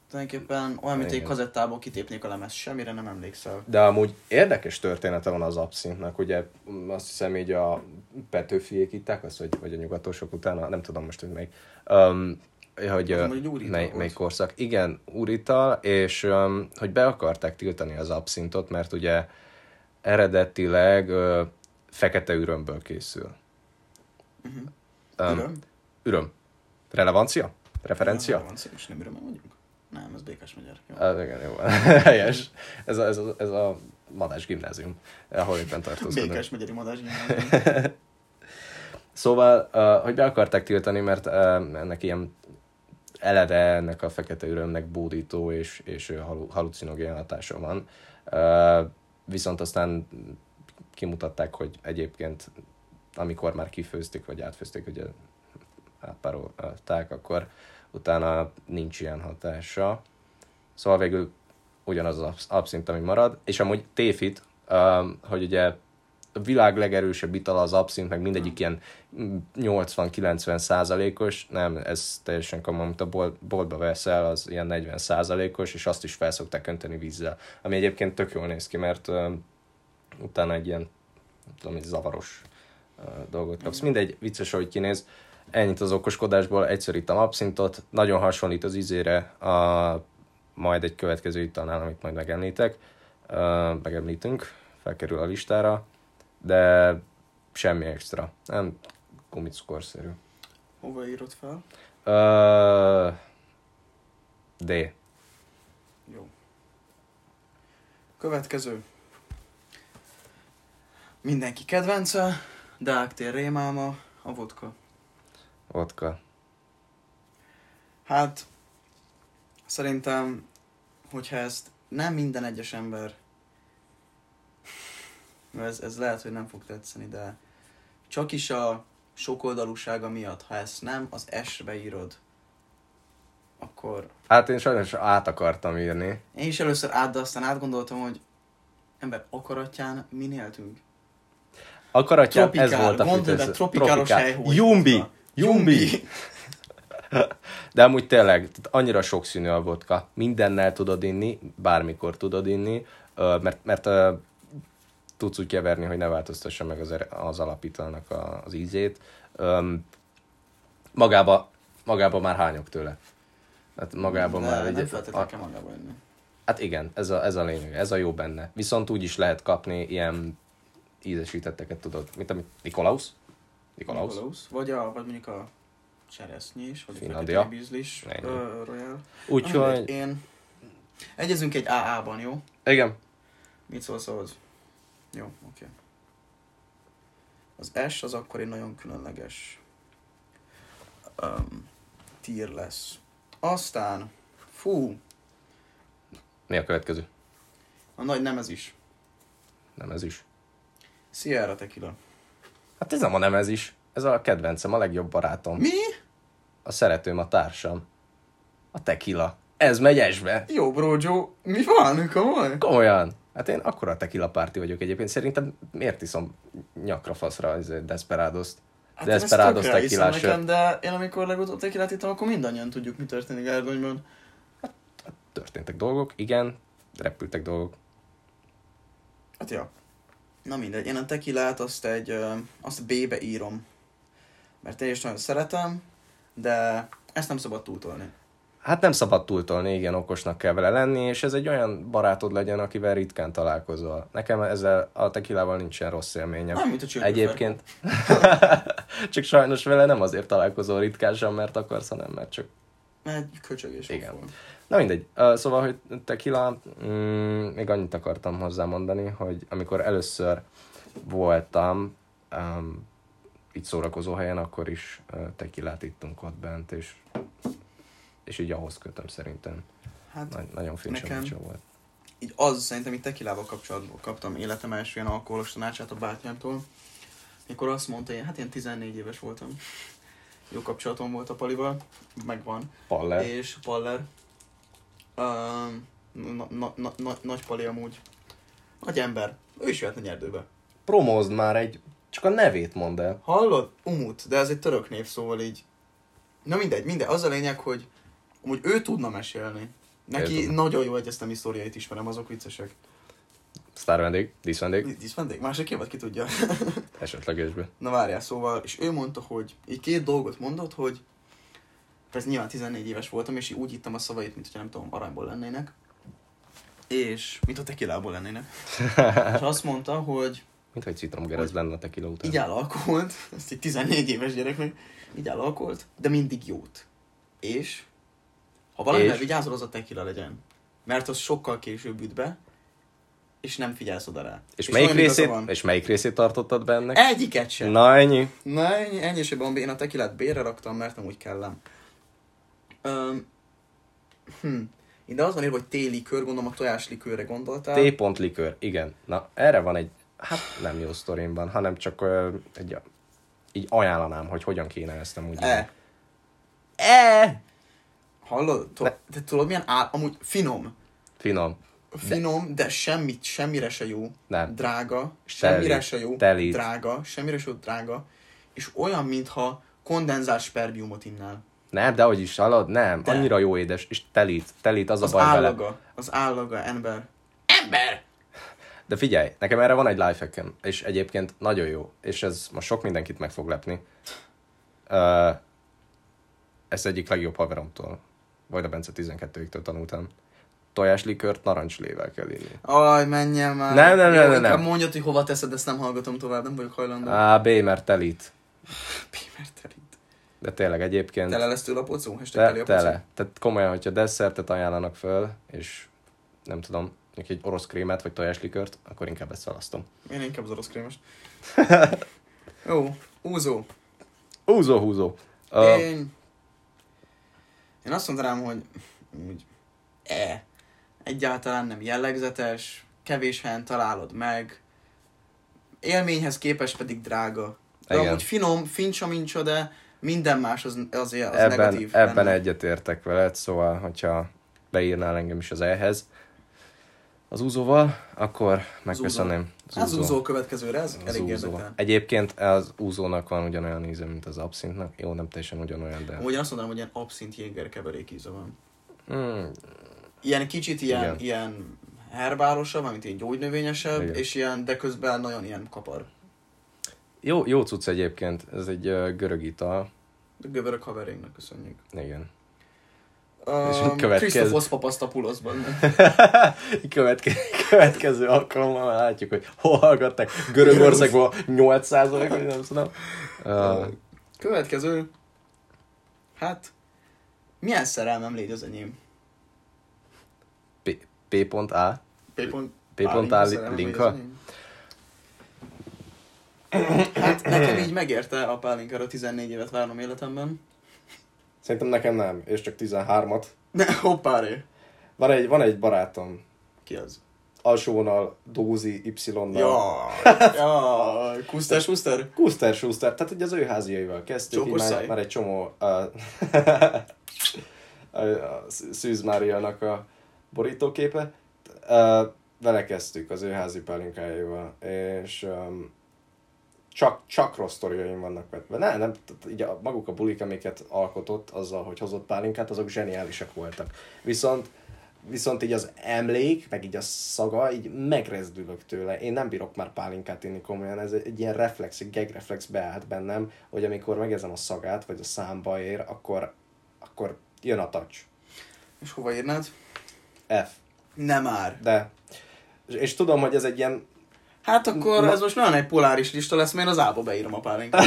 Speaker 2: tulajdonképpen olyan, mint egy
Speaker 1: Igen.
Speaker 2: kazettából kitépnék a lemez, semmire nem emlékszel.
Speaker 1: De amúgy érdekes története van az abszintnak, ugye m, azt hiszem így a Petőfiék itták azt, vagy, vagy a nyugatosok utána, nem tudom most, hogy melyik. Um, hogy
Speaker 2: Az
Speaker 1: ö,
Speaker 2: amúgy egy úrital
Speaker 1: mely,
Speaker 2: volt.
Speaker 1: melyik korszak. Igen, úrital, és um, hogy be akarták tiltani az abszintot, mert ugye eredetileg ö, fekete ürömből készül.
Speaker 2: Üröm?
Speaker 1: Üröm. Relevancia? Referencia?
Speaker 2: Relevancia, és nem üröm vagyunk? Nem, ez Békás Magyar. Jó.
Speaker 1: Ah, igen, jó. (laughs) Helyes. Ez a, ez, a, ez a Madás gimnázium, ahol éppen tartózkodunk.
Speaker 2: Békás megyeri madás
Speaker 1: Szóval, uh, hogy be akarták tiltani, mert uh, ennek ilyen eleve ennek a fekete ürömnek bódító és, és ö, halu- halucinogén hatása van. Uh, viszont aztán kimutatták, hogy egyébként amikor már kifőzték, vagy átfőzték, ugye átpárolták, akkor utána nincs ilyen hatása. Szóval végül ugyanaz az absz- abszint, ami marad. És amúgy téfit, um, hogy ugye a világ legerősebb itala az abszint, meg mindegyik ilyen mm, 80-90 százalékos, nem, ez teljesen komoly, amit a bolt, boltba veszel, az ilyen 40 százalékos, és azt is felszokták önteni vízzel. Ami egyébként tök jól néz ki, mert um, utána egy ilyen, nem tudom, egy zavaros uh, dolgot kapsz. Mindegy, vicces, hogy kinéz. Ennyit az okoskodásból, egyszer ittam abszintot, nagyon hasonlít az ízére, a, majd egy következő italnál, amit majd megemlítek, uh, megemlítünk, felkerül a listára, de semmi extra, nem gumickorszerű.
Speaker 2: Hova írod fel?
Speaker 1: Uh, D.
Speaker 2: Jó. Következő. Mindenki kedvence, Deák tér rémáma, a vodka.
Speaker 1: Vodka.
Speaker 2: Hát, szerintem, hogyha ezt nem minden egyes ember, Jó, ez, ez lehet, hogy nem fog tetszeni, de csak is a sokoldalúsága miatt, ha ezt nem az S-be írod, akkor
Speaker 1: Hát én sajnos át akartam írni.
Speaker 2: Én is először át, de aztán átgondoltam, hogy ember akaratján mi éltünk.
Speaker 1: Akaratján
Speaker 2: Tropikál,
Speaker 1: ez volt a
Speaker 2: gondolj bele,
Speaker 1: fűtőszó.
Speaker 2: tropikálos hely, hogy
Speaker 1: Jumbi!
Speaker 2: vodka.
Speaker 1: Jumbi! De amúgy tényleg, tehát annyira sokszínű a vodka. Mindennel tudod inni, bármikor tudod inni, ö, mert, mert ö, tudsz úgy keverni, hogy ne változtassa meg az, ere- az alapítalnak a- az ízét. Öm, Magába, magába már hányok tőle. Hát magába
Speaker 2: De
Speaker 1: már...
Speaker 2: Nem
Speaker 1: egy-
Speaker 2: feltétlenül kell magába jönni.
Speaker 1: Hát igen, ez a, ez a lényeg, ez a jó benne. Viszont úgy is lehet kapni ilyen ízesítetteket, tudod, mint amit Nikolaus? Nikolaus?
Speaker 2: Nikolaus. Vagy, a, vagy mondjuk a cseresznyés, vagy
Speaker 1: Finlandia.
Speaker 2: a fekete bízlis
Speaker 1: Ennyi.
Speaker 2: ö, royal.
Speaker 1: Úgyhogy,
Speaker 2: Én... Egyezünk egy AA-ban, jó?
Speaker 1: igen,
Speaker 2: Mit szólsz ahhoz? Jó, oké. Okay. Az S az akkor egy nagyon különleges um, tier lesz. Aztán Fú,
Speaker 1: Mi a következő?
Speaker 2: a nagy nem ez is.
Speaker 1: Nem ez is.
Speaker 2: Sierra tequila.
Speaker 1: Hát ez nem a nem ez is. Ez a kedvencem, a legjobb barátom.
Speaker 2: Mi?
Speaker 1: A szeretőm, a társam. A tequila. Ez megy esbe.
Speaker 2: Jó, brógyó, mi van, komoly?
Speaker 1: Komolyan. Hát én akkora tequila párti vagyok egyébként. Szerintem miért iszom nyakra faszra az Desperados-t?
Speaker 2: Hát én ezt
Speaker 1: Desperados
Speaker 2: tökre hiszem
Speaker 1: tequilás
Speaker 2: nekem, de én amikor legutóbb tekilát ittam, akkor mindannyian tudjuk, mi történik Erdonyban.
Speaker 1: Történtek dolgok, igen, repültek dolgok.
Speaker 2: Hát ja. Na mindegy, én a tekilát azt egy, ö, azt B-be írom. Mert én is nagyon szeretem, de ezt nem szabad túltolni.
Speaker 1: Hát nem szabad túltolni, igen, okosnak kell vele lenni, és ez egy olyan barátod legyen, akivel ritkán találkozol. Nekem ezzel a tekilával nincsen rossz élményem.
Speaker 2: Nem, mint a csörgőfer.
Speaker 1: Egyébként. (laughs) csak sajnos vele nem azért találkozol ritkásan, mert akarsz, hanem mert csak
Speaker 2: Mert köcsögés
Speaker 1: Igen.
Speaker 2: volt.
Speaker 1: Na mindegy. Ö, Szóval, hogy tequila, mm, még annyit akartam hozzámondani, hogy amikor először voltam um, itt szórakozó helyen, akkor is ö, tequilát ittunk ott bent, és, és így ahhoz kötöm szerintem.
Speaker 2: Hát
Speaker 1: Nagy, nagyon
Speaker 2: Nekem-
Speaker 1: fincsa volt.
Speaker 2: így az szerintem így tekilával kapcsolatban kaptam életem első ilyen alkoholos tanácsát a bátyámtól. Mikor azt mondta, én, hát én 14 éves voltam. Jó kapcsolatom volt a palival, megvan.
Speaker 1: Paller.
Speaker 2: És Paller. Um, na, na, na, na, nagy pali amúgy. Nagy ember. Ő is jöhetne nyerdőbe.
Speaker 1: Promózd már egy, csak a nevét mondd el.
Speaker 2: Hallod? Umut, de ez egy török név, szóval így... Na mindegy, mindegy. Az a lényeg, hogy amúgy ő tudna mesélni. Neki
Speaker 1: Értem.
Speaker 2: nagyon jó egyeztem sztoriait ismerem, azok viccesek.
Speaker 1: Sztár vendég, díszvendég,
Speaker 2: Itt is vendég, másik évad ki tudja.
Speaker 1: esetleg ősből.
Speaker 2: Na várjál, szóval, és ő mondta, hogy így két dolgot mondott, hogy persze nyilván 14 éves voltam, és így úgy hittem a szavait, mint hogy nem tudom, aranyból lennének. És, mint a tekilából
Speaker 1: (laughs)
Speaker 2: lennének. és azt mondta, hogy
Speaker 1: Mint hogy citromgerez lenne a tequila után.
Speaker 2: így áll alkoholt, ezt egy 14 éves gyereknek, így áll alkoholt, de mindig jót. És ha valamivel
Speaker 1: És?
Speaker 2: vigyázol, az a tekila legyen. Mert az sokkal később üt be, és nem figyelsz oda rá.
Speaker 1: És, melyik
Speaker 2: olyan igaza
Speaker 1: részét,
Speaker 2: van. E-
Speaker 1: és melyik részét tartottad be ennek?
Speaker 2: Egyiket sem.
Speaker 1: Na ennyi.
Speaker 2: Na ennyi, ennyi se bombi. Én a tekilát bérre raktam, mert amúgy kellem. Öm, hm. Ide az van írva, hogy téli kör, gondolom a tojáslikőre gondoltál.
Speaker 1: T-pont likőr, igen. Na, erre van egy, hát nem jó sztorimban, hanem csak ö, egy, így ajánlanám, hogy hogyan kéne ezt amúgy.
Speaker 2: E.
Speaker 1: e.
Speaker 2: Hallod? Tu- Te tudod milyen áll... Amúgy finom.
Speaker 1: Finom.
Speaker 2: Finom, de semmit, semmire se jó.
Speaker 1: Nem.
Speaker 2: Drága. Semmire se jó.
Speaker 1: Teli.
Speaker 2: Drága. Semmire se jó, drága. És olyan, mintha kondenzált sperbiumot innál.
Speaker 1: Nem, de hogy is hallod, nem.
Speaker 2: De.
Speaker 1: Annyira jó édes, és telít, telít az,
Speaker 2: Az
Speaker 1: a baj vele.
Speaker 2: állaga. Az állaga, ember.
Speaker 1: De figyelj, nekem erre van egy lifehackem, és egyébként nagyon jó, és ez most sok mindenkit meg fog lepni. Ö, ezt egyik legjobb haveromtól, vagy a Bence 12-től tanultam. Tojáslikört narancslével kell inni.
Speaker 2: Aj, menjen már.
Speaker 1: Nem, nem,
Speaker 2: Jó,
Speaker 1: nem, nem,
Speaker 2: inkább
Speaker 1: nem.
Speaker 2: mondjad, hogy hova teszed, ezt nem hallgatom tovább, nem vagyok hajlandó.
Speaker 1: Á, B, mert telít.
Speaker 2: Pémer terít.
Speaker 1: De tényleg egyébként...
Speaker 2: Tele lesz tőle a pocó? Hashtag
Speaker 1: Te,
Speaker 2: tele, tele.
Speaker 1: tele. Tehát komolyan, hogyha desszertet ajánlanak föl, és nem tudom, mondjuk egy orosz krémet vagy tojáslikört, akkor inkább ezt választom.
Speaker 2: Én inkább az orosz
Speaker 1: (laughs)
Speaker 2: krémest. Jó, úzó.
Speaker 1: Húzó, húzó. Ö,
Speaker 2: Én... Én azt mondanám, hogy úgy, e, egyáltalán nem jellegzetes, kevés helyen találod meg, élményhez képest pedig drága. De
Speaker 1: Igen.
Speaker 2: amúgy finom, fincsa mincsa, de minden más az, az, az
Speaker 1: ebben,
Speaker 2: negatív.
Speaker 1: ebben
Speaker 2: benne.
Speaker 1: egyetértek veled, szóval, hogyha beírnál engem is az ehhez, az úzóval, akkor megköszönném.
Speaker 2: Az úzó következőre, ez
Speaker 1: Az
Speaker 2: elég
Speaker 1: úzó.
Speaker 2: érdektelen.
Speaker 1: Egyébként az úzónak van ugyanolyan íze, mint az abszintnak. Jó, nem teljesen ugyanolyan, de...
Speaker 2: Amúgy én azt mondanám, hogy ilyen abszint jéger keverék íze van.
Speaker 1: Mm,
Speaker 2: ilyen kicsit ilyen,
Speaker 1: Igen.
Speaker 2: Igen. ilyen herbárosabb, mint ilyen gyógynövényesebb,
Speaker 1: Igen.
Speaker 2: Igen. és ilyen, de közben nagyon ilyen kapar.
Speaker 1: jó, jó cucc egyébként, ez egy ö, görög ital.
Speaker 2: De Göbörök haverénknak köszönjük.
Speaker 1: Igen.
Speaker 2: Um,
Speaker 1: következő-
Speaker 2: Krisztofosz papasztapuloszban.
Speaker 1: (laughs) Követke, következő alkalommal már látjuk, hogy hol hallgatták. Görögországból 800 vagy nem tudom. Uh,
Speaker 2: Következő. Hát, milyen szerelmem légy az enyém?
Speaker 1: P- P.A.
Speaker 2: P-pont
Speaker 1: P pont
Speaker 2: Pálinka
Speaker 1: A
Speaker 2: szerelmem légy az
Speaker 1: linka?
Speaker 2: enyém? Hát nekem így megérte a pálinkára 14 évet várnom életemben.
Speaker 1: Szerintem nekem nem, és csak 13-at.
Speaker 2: Ne, hoppáré.
Speaker 1: Van egy, van egy barátom,
Speaker 2: Ki az?
Speaker 1: alsóvonal, Dózi, Y-nal.
Speaker 2: Ja, ja, Kusztás Kuszter.
Speaker 1: Kuszter Schuster, tehát ugye az ő háziaival kezdtük, így
Speaker 2: Csókos
Speaker 1: már,
Speaker 2: száj.
Speaker 1: már egy csomó uh, a, (laughs) a Szűz Máriának a borítóképe. Uh, vele kezdtük az ő házi pálinkájával, és um, csak, csak rossz sztoriaim vannak vetve. Ne, nem, tehát így a, maguk a bulik, amiket alkotott azzal, hogy hozott pálinkát, azok zseniálisak voltak. Viszont viszont így az emlék, meg így a szaga, így megrezdülök tőle. Én nem bírok már pálinkát inni komolyan, ez egy ilyen reflex, egy gag reflex beállt bennem, hogy amikor megezem a szagát, vagy a számba ér, akkor, akkor jön a touch.
Speaker 2: És hova írnád?
Speaker 1: F.
Speaker 2: Nem már.
Speaker 1: De. És, és tudom, hogy ez egy ilyen
Speaker 2: Hát akkor ez most nagyon egy poláris lista lesz, mert én az ába beírom a pálinkát.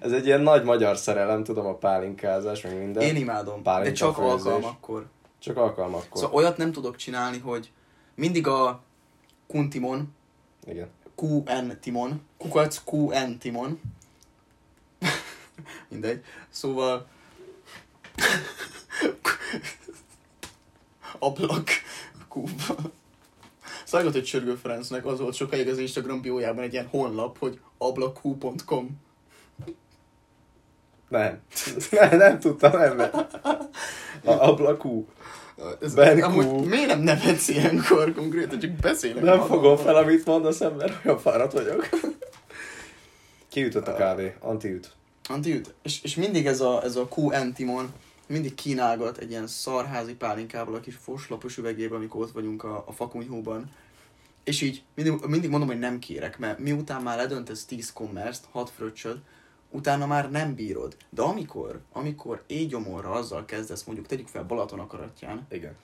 Speaker 1: ez egy ilyen nagy magyar szerelem, tudom, a pálinkázás, meg minden.
Speaker 2: Én imádom, de
Speaker 1: Pálinka
Speaker 2: csak
Speaker 1: főzés.
Speaker 2: alkalmakkor.
Speaker 1: Csak alkalmakkor.
Speaker 2: Szóval olyat nem tudok csinálni, hogy mindig a Kuntimon,
Speaker 1: Igen.
Speaker 2: QN Timon, kukac QN Timon. (laughs) Mindegy. Szóval... (laughs) Ablak. Kúba. Szágot egy Sörgő Ferencnek az volt sokáig az Instagram biójában egy ilyen honlap, hogy ablakhu.com.
Speaker 1: Nem. nem, nem tudtam ennek. A ablakú.
Speaker 2: Ez,
Speaker 1: Ben Q.
Speaker 2: amúgy miért nem nevetsz ilyenkor konkrétan, csak beszélek.
Speaker 1: Nem
Speaker 2: magammal.
Speaker 1: fogom fel, amit mondasz, mert olyan fáradt vagyok. Kiütött a kávé, antiüt.
Speaker 2: Antiüt. És, és mindig ez a, ez a QN Timon mindig kínálgat egy ilyen szarházi pálinkával a kis foslapos üvegébe, amikor ott vagyunk a, a fakunyhóban. És így mindig, mindig mondom, hogy nem kérek, mert miután már ledöntesz 10 kommerszt, 6 fröccsöd, utána már nem bírod. De amikor, amikor éjgyomorra azzal kezdesz, mondjuk tegyük fel Balaton akaratján,
Speaker 1: Igen.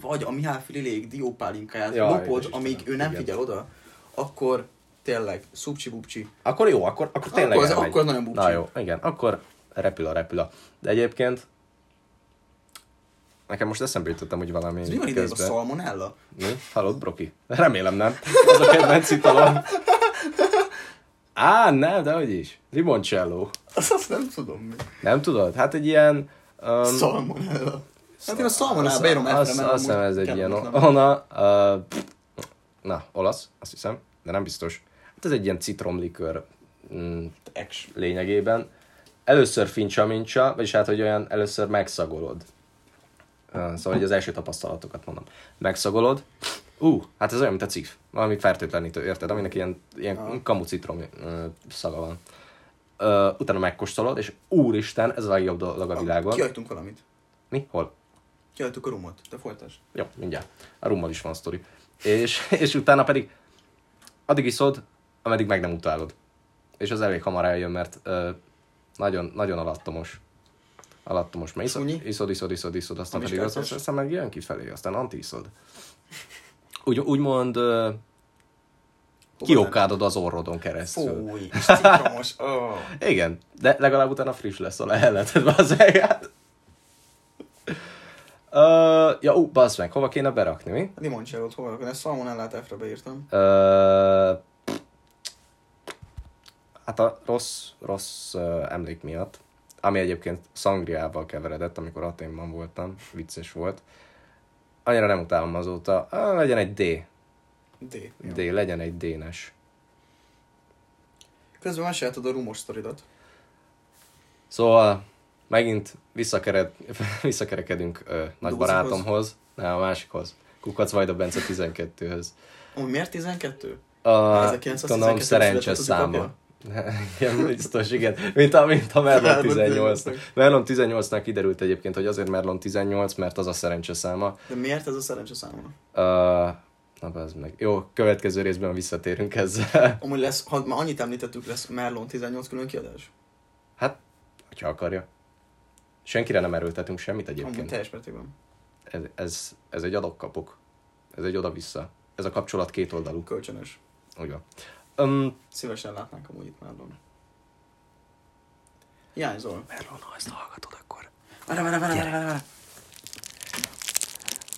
Speaker 2: vagy a Mihály Fililék diópálinkáját
Speaker 1: Jaj,
Speaker 2: ja, lopod,
Speaker 1: Istenem,
Speaker 2: amíg ő nem
Speaker 1: igen.
Speaker 2: figyel oda, akkor tényleg, szupcsi-bupcsi,
Speaker 1: Akkor jó, akkor, akkor tényleg
Speaker 2: Akkor az-
Speaker 1: elmegy.
Speaker 2: akkor nagyon bukcsi.
Speaker 1: Na jó, igen, akkor repül a repül a. De egyébként Nekem most eszembe jutottam, hogy valami
Speaker 2: Ez mi van idejében a szalmonella?
Speaker 1: Mi? Hallod, Broki? Remélem nem. Ez a kedvenc italom. Á, nem, de hogy is. Limoncello.
Speaker 2: Azt, azt nem tudom mi.
Speaker 1: Nem tudod? Hát egy ilyen... Um,
Speaker 2: Szalmonella. Hát én a szalmonella
Speaker 1: Azt-
Speaker 2: beírom
Speaker 1: azt-
Speaker 2: mert
Speaker 1: Azt hiszem
Speaker 2: amúgy
Speaker 1: ez egy ilyen
Speaker 2: kellemetlen.
Speaker 1: ona, uh, na, olasz, azt hiszem, de nem biztos. Hát ez egy ilyen citromlikör mm,
Speaker 2: Ex.
Speaker 1: lényegében. Először fincsa mincsa, vagyis hát, hogy olyan először megszagolod. Ö, Szóval hogy az első tapasztalatokat mondom. Megszagolod. Ú, hát ez olyan, mint a cif. Valami fertőtlenítő, érted? Aminek ilyen, ilyen kamu citrom ö, szaga van. Ö, utána megkóstolod, és úristen, ez a legjobb dolog a világon.
Speaker 2: Kihagytunk valamit.
Speaker 1: Mi? Hol?
Speaker 2: Kihagytuk a rumot. Te folytasd.
Speaker 1: Jó, mindjárt. A rummal is van sztori. És, (laughs) és utána pedig addig iszod, ameddig meg nem utálod. És az elég hamar eljön, mert ö, nagyon, nagyon alattomos. Alattomos, mert iszod,
Speaker 2: Sunyi?
Speaker 1: iszod, iszod, iszod, iszod, aztán
Speaker 2: Ami
Speaker 1: pedig
Speaker 2: skácsos.
Speaker 1: azt, aztán meg jön kifelé, aztán antiszod. Úgy, úgymond ö, kiokádod az orrodon keresztül.
Speaker 2: Fúj, és citromos. Ó.
Speaker 1: Igen, de legalább utána friss lesz a leheleted (laughs) bazeg. Uh, ja, ú, bazd meg, hova kéne berakni, mi?
Speaker 2: Limoncellót hol rakod? Ezt szalmonellát F-re beírtam.
Speaker 1: Ö, hát a rossz, rossz ö, emlék miatt, ami egyébként szangriával keveredett, amikor Aténban voltam, vicces volt. Annyira nem utálom azóta. Á, legyen egy D.
Speaker 2: D.
Speaker 1: D, legyen egy D-nes.
Speaker 2: Közben mesélted a rumos sztoridat.
Speaker 1: Szóval megint visszakered, (laughs) visszakerekedünk ö, nagy barátomhoz, nem, a másikhoz. Kukac Vajda Bence 12-höz.
Speaker 2: Amúgy miért 12?
Speaker 1: A,
Speaker 2: 1912
Speaker 1: tudom, szerencse
Speaker 2: született az
Speaker 1: száma.
Speaker 2: apja?
Speaker 1: (laughs) Igen, biztos, igen. Mint a, mint a Merlon
Speaker 2: Merlon
Speaker 1: 18
Speaker 2: 18-nak.
Speaker 1: Merlon 18-nál kiderült egyébként, hogy azért Merlon 18, mert az a szerencse száma.
Speaker 2: De miért ez a szerencse száma?
Speaker 1: Uh, na, bazd meg. Jó, következő részben visszatérünk ezzel. (laughs)
Speaker 2: Amúgy lesz, ha már annyit említettük, lesz Merlon 18 külön kiadás.
Speaker 1: Hát, hogyha akarja. Senkire nem erőltetünk semmit
Speaker 2: Amúgy
Speaker 1: egyébként.
Speaker 2: teljes mértékben.
Speaker 1: Ez, ez, ez egy adok-kapok. Ez egy oda-vissza. Ez a kapcsolat két oldalú.
Speaker 2: Kölcsönös.
Speaker 1: Úgy van. Um,
Speaker 2: Szívesen látnánk amúgy itt Merlon. Hiányzol.
Speaker 1: Merlon, ha ezt hallgatod, akkor
Speaker 2: Várj, várj, várj, várj, várj.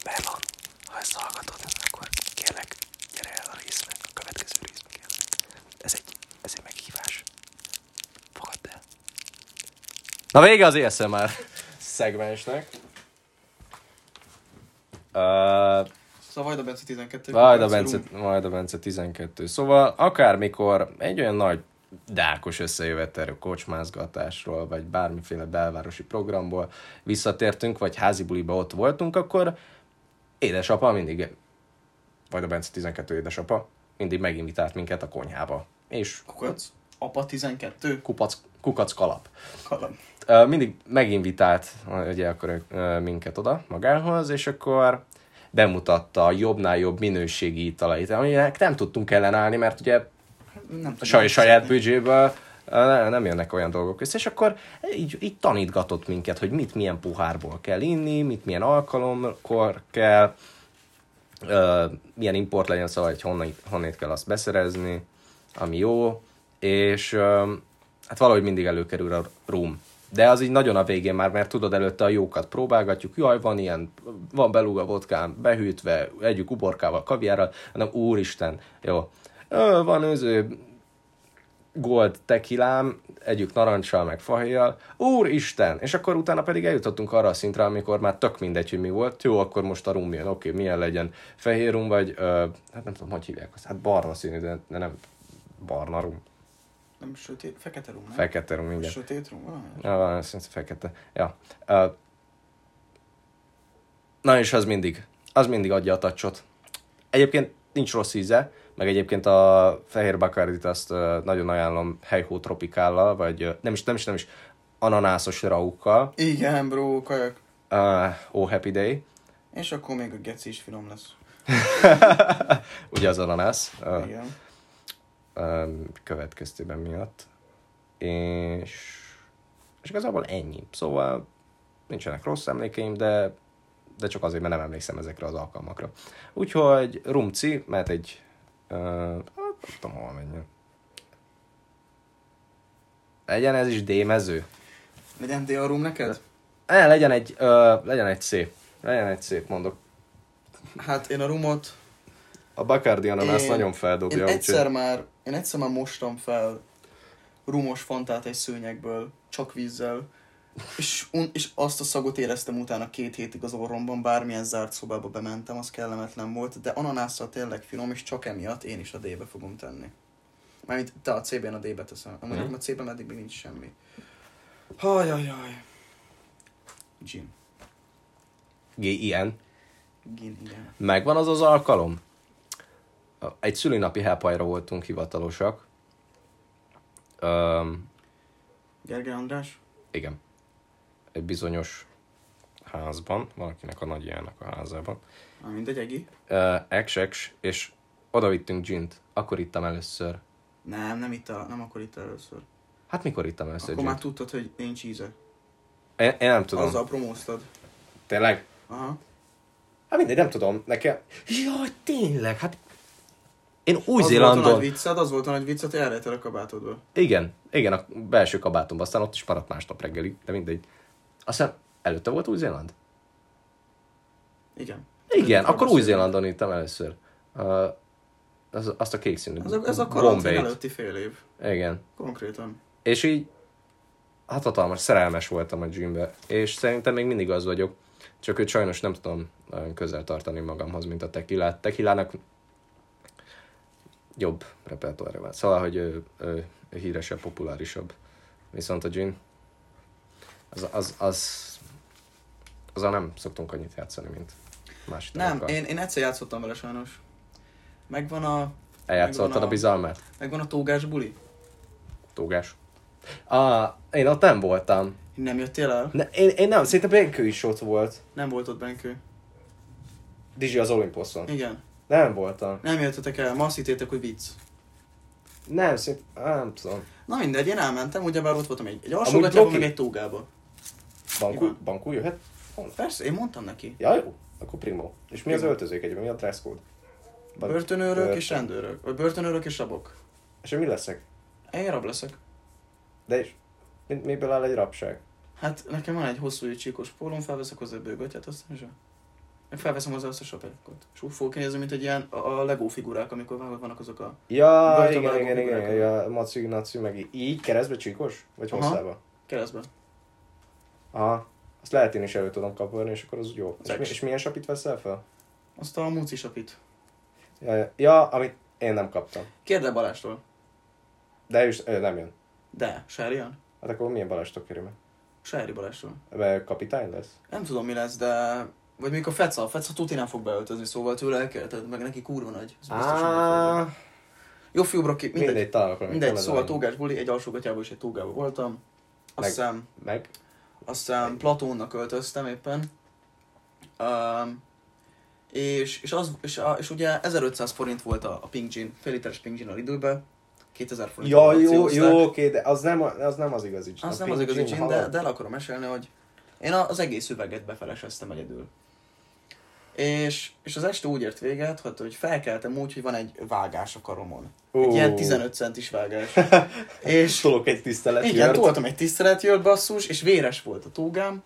Speaker 1: Merlon, ha ezt hallgatod, akkor kérlek, gyere el a részre, a következő részbe kérlek. Ez egy, ez egy meghívás. Fogadd el. Na vége az ASMR szegmensnek. Uh,
Speaker 2: Szóval Vajda Bence 12.
Speaker 1: majd, a Bence, majd a Bence 12. Szóval akármikor egy olyan nagy dákos összejövetelő kocsmázgatásról, vagy bármiféle belvárosi programból visszatértünk, vagy házi buliba ott voltunk, akkor édesapa mindig, vagy a Bence 12 édesapa, mindig meginvitált minket a konyhába. És
Speaker 2: Kukac. Apa 12.
Speaker 1: kupac, kukac kalap.
Speaker 2: Kalam.
Speaker 1: Ö, mindig meginvitált ö, ugye akkor ö, minket oda magához, és akkor bemutatta a jobbnál jobb minőségi italait, aminek nem tudtunk ellenállni, mert ugye
Speaker 2: Nem
Speaker 1: a saj, saját büdzséből ö, ne- nem jönnek olyan dolgok össze, és akkor így, így tanítgatott minket, hogy mit milyen pohárból kell inni, mit milyen alkalomkor kell, ö, milyen import legyen, szóval hogy honnét, honnét kell azt beszerezni, ami jó, és ö, hát valahogy mindig előkerül a rum. De az így nagyon a végén már, mert tudod, előtte a jókat próbálgatjuk, jaj, van ilyen, van beluga vodkán, behűtve, együk uborkával, kaviárral, hanem úristen, jó. Ö, van őző gold tekilám, együk narancsal, meg fahelyjal, úristen! És akkor utána pedig eljutottunk arra a szintre, amikor már tök mindegy, hogy mi volt. Jó, akkor most a rum jön, oké, milyen legyen. Fehér rum, vagy ö, hát nem tudom, hogy hívják azt. Hát barna színű, de, de nem barna rum.
Speaker 2: Nem sötét, fekete rum, nem?
Speaker 1: Fekete rum, igen.
Speaker 2: Sötét rum, valami?
Speaker 1: Ja, van, azt hiszem, fekete. Ja. Ö, na és az mindig, az mindig adja a tacsot. Egyébként nincs rossz íze, meg egyébként a fehér bakardit azt ö, nagyon ajánlom helyhó tropikállal, vagy ö, nem is, nem is, nem is, ananászos raukkal.
Speaker 2: Igen, bro, kajak.
Speaker 1: Uh, oh Happy Day,
Speaker 2: És akkor még a geci is finom lesz.
Speaker 1: ugye az ananász. Uh,
Speaker 2: Igen.
Speaker 1: öm, következtében miatt. És, és igazából ennyi. Szóval nincsenek rossz emlékeim, de, de csak azért, mert nem emlékszem ezekre az alkalmakra. Úgyhogy Rumci, mert egy... Uh, nem tudom, hol menjen. Legyen ez is D-mező.
Speaker 2: Legyen D a rum neked?
Speaker 1: Ne, E, legyen egy, ö, legyen egy szép. Legyen egy szép, mondok.
Speaker 2: Hát én a rumot...
Speaker 1: A Bacardi ananász
Speaker 2: Én-
Speaker 1: nagyon
Speaker 2: Én
Speaker 1: feldobja,
Speaker 2: egyszer már, én egyszer már mostam fel rumos fantát egy szőnyegből, csak vízzel. És, un, és azt a szagot éreztem utána két hétig az orromban, bármilyen zárt szobába bementem, az kellemetlen volt, de ananásszal tényleg finom, és csak emiatt én is a D-be fogom tenni. Mármint te a C-ben a D-be teszem, amúgy
Speaker 1: Mhm.
Speaker 2: a C-ben eddig még nincs semmi. Hajajaj. Gin.
Speaker 1: G-I-N.
Speaker 2: Gin, igen.
Speaker 1: Megvan az az alkalom? Egy szülinapi hápajra voltunk hivatalosak. Öm,
Speaker 2: Gergely András?
Speaker 1: igen. Egy bizonyos házban, valakinek a nagyjának a házában.
Speaker 2: Ah, mindegy, Egi.
Speaker 1: Ö, Eks, eks, és oda vittünk gint. Akkor ittam először.
Speaker 2: Nem, nem itt a, nem akkor itt először.
Speaker 1: Hát mikor ittam először
Speaker 2: Akkor már
Speaker 1: gint?
Speaker 2: tudtad, hogy nincs íze.
Speaker 1: Én, én nem tudom.
Speaker 2: Tudom. Azzal promóztad.
Speaker 1: Tényleg?
Speaker 2: Aha.
Speaker 1: Hát mindegy, nem tudom. Nekem... Jaj, tényleg, hát... Én
Speaker 2: Az volt a nagy
Speaker 1: Új-Zélandon...
Speaker 2: vicced, az volt a nagy vicced, hogy elrejted a kabátodba.
Speaker 1: Igen, igen, a belső kabátomban, aztán ott is maradt másnap reggelig, de mindegy. Aztán előtte volt Új-Zéland?
Speaker 2: Igen.
Speaker 1: Igen,
Speaker 2: Tudjuk,
Speaker 1: akkor
Speaker 2: beszélünk.
Speaker 1: Új-Zélandon ittam először. Uh, az, azt a kék színű.
Speaker 2: Ez a, ez a karantén
Speaker 1: Bombayt.
Speaker 2: előtti fél év.
Speaker 1: Igen.
Speaker 2: Konkrétan.
Speaker 1: És így, hát hatalmas, szerelmes voltam a gymbe. És szerintem még mindig az vagyok. Csak őt sajnos nem tudom olyan közel tartani magamhoz, mint a tekilát. Tekilának jobb repertoárja van. Szóval, hogy ő, ő, ő híresebb, populárisabb. Viszont a gin, az, az, az, azzal nem szoktunk annyit játszani, mint más
Speaker 2: Nem,
Speaker 1: italokkal.
Speaker 2: én, én egyszer játszottam vele sajnos. Megvan a,
Speaker 1: Eljátszottad
Speaker 2: megvan
Speaker 1: a
Speaker 2: a-
Speaker 1: bizalmát?
Speaker 2: megvan a tógás buli.
Speaker 1: Tógás. Ah, én ott nem voltam.
Speaker 2: Nem jöttél el?
Speaker 1: Ne, én, én nem, szerintem Benkő is ott volt.
Speaker 2: Nem volt ott Benkő.
Speaker 1: Dizsi az Olimposzon.
Speaker 2: Igen.
Speaker 1: Nem voltam.
Speaker 2: Nem jöttetek el, ma azt hittétek, hogy vicc.
Speaker 1: Nem, szerintem, á, nem tudom.
Speaker 2: Na mindegy, én elmentem, ugyebár ott voltam egy, egy
Speaker 1: Amúgy
Speaker 2: alsógatjában,
Speaker 1: Broki-
Speaker 2: meg egy tógába.
Speaker 1: Bankú, bankú jöhet?
Speaker 2: Persze, én mondtam neki.
Speaker 1: Ja, jó. Akkor primo. És mi az
Speaker 2: Primo.
Speaker 1: öltözék egyben? Mi a dress code? Ban-
Speaker 2: Börtönőrök
Speaker 1: börtön.
Speaker 2: és rendőrök. Vagy börtönőrök és rabok.
Speaker 1: És én mi leszek?
Speaker 2: Én rab leszek.
Speaker 1: De is, mi- miből áll egy rabság?
Speaker 2: Hát nekem van egy hosszú egy csíkos pólom, felveszek hozzá egy bőgatját, aztán zsa. Meg felveszem hozzá azt a sapelykot. És úgy fogok kinézni, mint egy ilyen a a Lego figurák, amikor vágod vannak azok a...
Speaker 1: Ja,
Speaker 2: Börtönben
Speaker 1: igen,
Speaker 2: lakó
Speaker 1: igen, igen,
Speaker 2: figurákon.
Speaker 1: igen, ja, Maci, Naci, meg í- így keresztbe csíkos? Vagy
Speaker 2: Aha.
Speaker 1: hosszába?
Speaker 2: Keresztben.
Speaker 1: Aha. Azt lehet én is elő tudom kaparni, és akkor az jó. És,
Speaker 2: Tök.
Speaker 1: mi, és milyen sapit veszel fel?
Speaker 2: Azt a Muci sapit.
Speaker 1: Ja, ja, ja, amit én nem kaptam.
Speaker 2: Kérde Balástól.
Speaker 1: De ő, is, ő nem jön.
Speaker 2: De, Sárian?
Speaker 1: Hát akkor milyen balestok kerül meg?
Speaker 2: Sári Balástól.
Speaker 1: Mert kapitány lesz?
Speaker 2: Nem tudom mi lesz, de... Vagy még a Feca, a Feca tuti nem fog beöltözni, szóval tőle elkelted, meg neki kurva nagy. Ez biztos, hogy megfogja.
Speaker 1: Á,
Speaker 2: Jó fiú, Broki, mindegy.
Speaker 1: mindegy, találok valamit,
Speaker 2: Mindegy,
Speaker 1: nem ez a
Speaker 2: szóval
Speaker 1: lényeg.
Speaker 2: tógás buli, egy alsógatyában és egy tógában voltam.
Speaker 1: Meg-
Speaker 2: Azt hiszem,
Speaker 1: Meg?
Speaker 2: azt hiszem Platónnak öltöztem éppen. Um, és, és, az, és, a, és ugye 1500 forint volt a, a pink gin, fél literes pink gin a Lidlbe, 2000 forint.
Speaker 1: Ja, jó, jó, oké, de az nem, a- az nem az igazi gin.
Speaker 2: Azt
Speaker 1: A
Speaker 2: nem az
Speaker 1: pink
Speaker 2: igazi gin, de,
Speaker 1: halad.
Speaker 2: de el akarom mesélni, hogy én a- az egész üveget befeleseztem egyedül. És, és az este úgy ért véget, hogy, hogy felkeltem úgy, hogy van egy vágás a karomon. Egy
Speaker 1: Ó.
Speaker 2: ilyen 15
Speaker 1: (laughs)
Speaker 2: centis vágás. és,
Speaker 1: Tolok egy tisztelet.
Speaker 2: igen, toltam egy tiszteletjört basszus, és véres volt a tógám.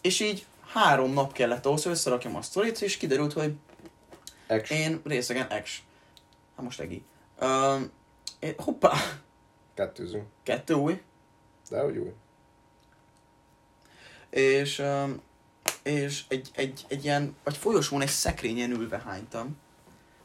Speaker 2: És így három nap kellett ahhoz, hogy összerakjam a sztorit, és kiderült, hogy én részegen ex. Hát most egi. Um, én, hoppá, (laughs)
Speaker 1: Kettőzünk.
Speaker 2: kettő új.
Speaker 1: De hogy új.
Speaker 2: És, um, és egy, egy, egy ilyen, vagy folyosón egy szekrényen ülve hánytam.